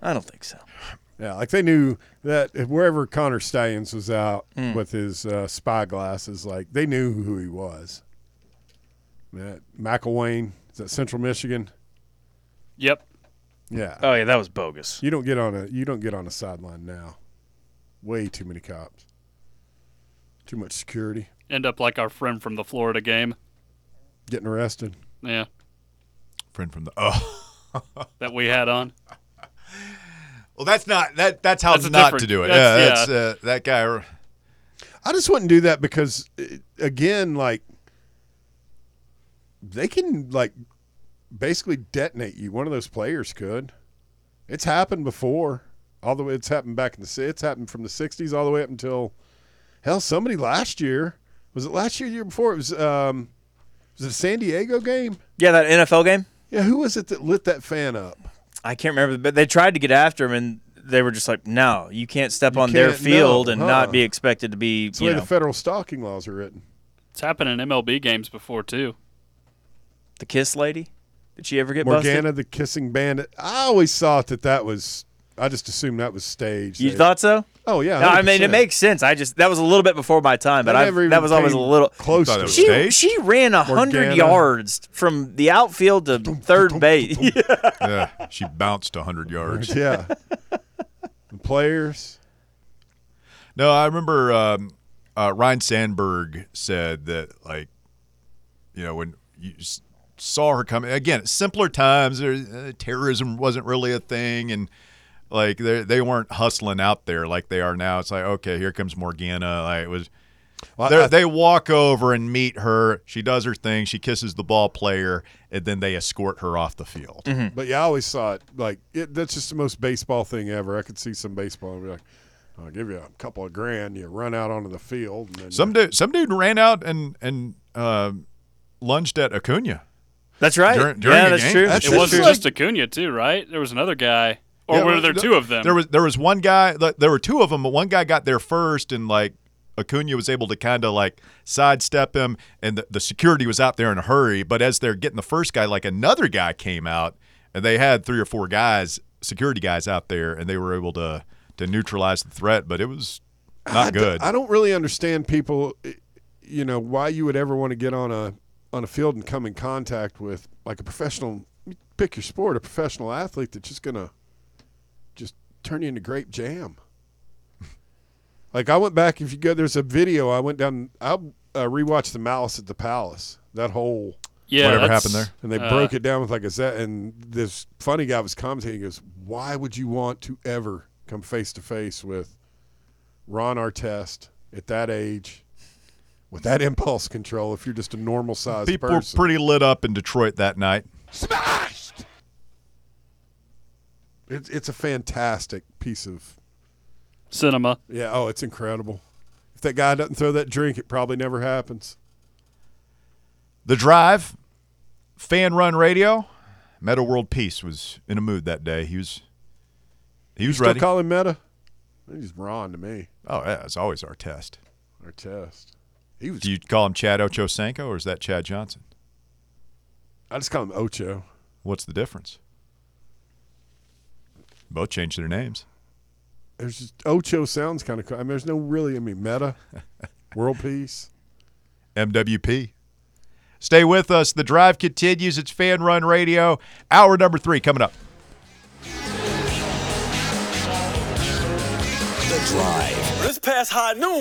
[SPEAKER 5] I don't think so.
[SPEAKER 4] yeah. Like they knew that if wherever Connor Stallions was out with his uh, spy glasses, like they knew who he was. That McElwain is that Central Michigan?
[SPEAKER 3] Yep.
[SPEAKER 4] Yeah.
[SPEAKER 5] Oh yeah, that was bogus.
[SPEAKER 4] you don't get on a you don't get on a sideline now. Way too many cops. Too much security.
[SPEAKER 3] End up like our friend from the Florida game.
[SPEAKER 4] Getting arrested.
[SPEAKER 3] Yeah.
[SPEAKER 2] Friend from the oh,
[SPEAKER 3] That we had on.
[SPEAKER 2] well, that's not that. That's how
[SPEAKER 3] That's a
[SPEAKER 2] not
[SPEAKER 3] different-
[SPEAKER 2] to do it. yeah,
[SPEAKER 3] that's-
[SPEAKER 2] that's uh, that guy.
[SPEAKER 4] I just wouldn't do that because, uh, again, like they can like basically detonate you. One of those players could. It's happened before. All the way it's happened back in the si- it's happened from the '60s all the way up until hell. Somebody last year was it last year? Year before it was um, was it a San Diego game?
[SPEAKER 5] Yeah, that NFL game.
[SPEAKER 4] Yeah, who was it that lit that fan up?
[SPEAKER 5] I can't remember, but they tried to get after him, and they were just like, "No, you can't step on their
[SPEAKER 4] can't,
[SPEAKER 5] field
[SPEAKER 4] no,
[SPEAKER 5] and
[SPEAKER 4] huh.
[SPEAKER 5] not be expected to be."
[SPEAKER 4] It's the
[SPEAKER 5] You
[SPEAKER 4] way
[SPEAKER 5] know,
[SPEAKER 4] the federal stalking laws are written.
[SPEAKER 3] It's happened in MLB games before too.
[SPEAKER 5] the kiss lady. Did she ever get busted?
[SPEAKER 4] Morgana the Kissing Bandit. I always thought that that was. I just assumed that was staged.
[SPEAKER 5] You
[SPEAKER 4] They-
[SPEAKER 5] thought so?
[SPEAKER 4] Oh yeah.
[SPEAKER 5] No, I mean, it
[SPEAKER 4] 100%.
[SPEAKER 5] makes sense. I just that was a little bit before my time, but
[SPEAKER 4] I
[SPEAKER 5] I
[SPEAKER 4] never even
[SPEAKER 5] that was always a
[SPEAKER 4] came
[SPEAKER 5] little.
[SPEAKER 4] close.
[SPEAKER 2] Thought
[SPEAKER 4] to
[SPEAKER 2] it was
[SPEAKER 4] it.
[SPEAKER 5] She
[SPEAKER 2] Stage?
[SPEAKER 5] she ran hundred
[SPEAKER 4] Morgana.
[SPEAKER 5] yards from the outfield to third base.
[SPEAKER 2] yeah, uh, she bounced 100 yards.
[SPEAKER 4] Yeah. the players.
[SPEAKER 2] No, I remember um, uh, Ryan Sandberg said that, like, you know, when you s- saw her coming again, simpler times, there, uh, terrorism wasn't really a thing, and like they they weren't hustling out there like they are now. It's like, okay, here comes Morgana. Like, it was. They're- they walk over and meet her. She does her thing. She kisses the ball player, and then they escort her off the field.
[SPEAKER 4] But yeah, I always saw it like it, that's just the most baseball thing ever. I could see some baseball and be like, "I'll give you a couple of grand." You run out onto the field. And then
[SPEAKER 2] Some dude, some dude ran out and and uh, lunged at Acuna.
[SPEAKER 5] That's right.
[SPEAKER 2] During- during
[SPEAKER 5] yeah,
[SPEAKER 2] a
[SPEAKER 5] that's
[SPEAKER 2] game?
[SPEAKER 5] true.
[SPEAKER 4] That's
[SPEAKER 3] It
[SPEAKER 4] It's
[SPEAKER 3] wasn't
[SPEAKER 4] like-
[SPEAKER 3] just Acuna too, right? There was another guy, or
[SPEAKER 2] Yeah,
[SPEAKER 3] were
[SPEAKER 2] well,
[SPEAKER 3] there
[SPEAKER 2] th-
[SPEAKER 3] two of
[SPEAKER 4] Um,
[SPEAKER 3] them?
[SPEAKER 2] There was there was one guy. th- There were two of them, but one guy got there first, and like Acuna was able to kind of like sidestep him, and the, the security was out there in a hurry. But as they're getting the first guy, like another guy came out, and they had three or four guys, security guys out there, and they were able to to neutralize the threat. But it was not
[SPEAKER 4] I d-
[SPEAKER 2] good.
[SPEAKER 4] I don't really understand people. i- You know why you would ever want to get on a on a field and come in contact with like a professional. Pick your sport, a professional athlete that's just gonna just turn you into grape jam. like I went back. If you go, there's a video. I went down. I uh, rewatched the Malice at the Palace. That whole
[SPEAKER 3] yeah,
[SPEAKER 2] Whatever
[SPEAKER 3] that's-
[SPEAKER 2] happened there.
[SPEAKER 4] and they
[SPEAKER 3] Uh,
[SPEAKER 4] broke it down with like a set. And this funny guy was commentating. He goes, "Why would you want to ever come face to face with Ron Artest at that age, with that impulse control? If you're just a normal sized
[SPEAKER 2] People were
[SPEAKER 4] person,
[SPEAKER 2] pretty lit up in Detroit that night.
[SPEAKER 4] it's, it's a fantastic piece of
[SPEAKER 3] Cinema.
[SPEAKER 4] yeah. Oh, it's incredible. If that guy doesn't throw that drink, it probably never happens.
[SPEAKER 2] The drive, fan run radio, Meta World Peace was in a mood that day. He was he was
[SPEAKER 4] Still
[SPEAKER 2] ready.
[SPEAKER 4] call him Meta. He's Ron to me.
[SPEAKER 2] Oh, yeah, it's always our test.
[SPEAKER 4] Artest. He was.
[SPEAKER 2] Do you call him Chad Ochocinco or is that Chad Johnson?
[SPEAKER 4] I just call him Ocho.
[SPEAKER 2] What's the difference? Both changed their names.
[SPEAKER 4] there's just Ocho sounds kind of cool. I mean, there's no really. I mean, meta, world peace.
[SPEAKER 2] MWP. Stay with us. The drive continues. It's Fan Run Radio. Hour number three coming up.
[SPEAKER 1] The drive.
[SPEAKER 10] This past high noon.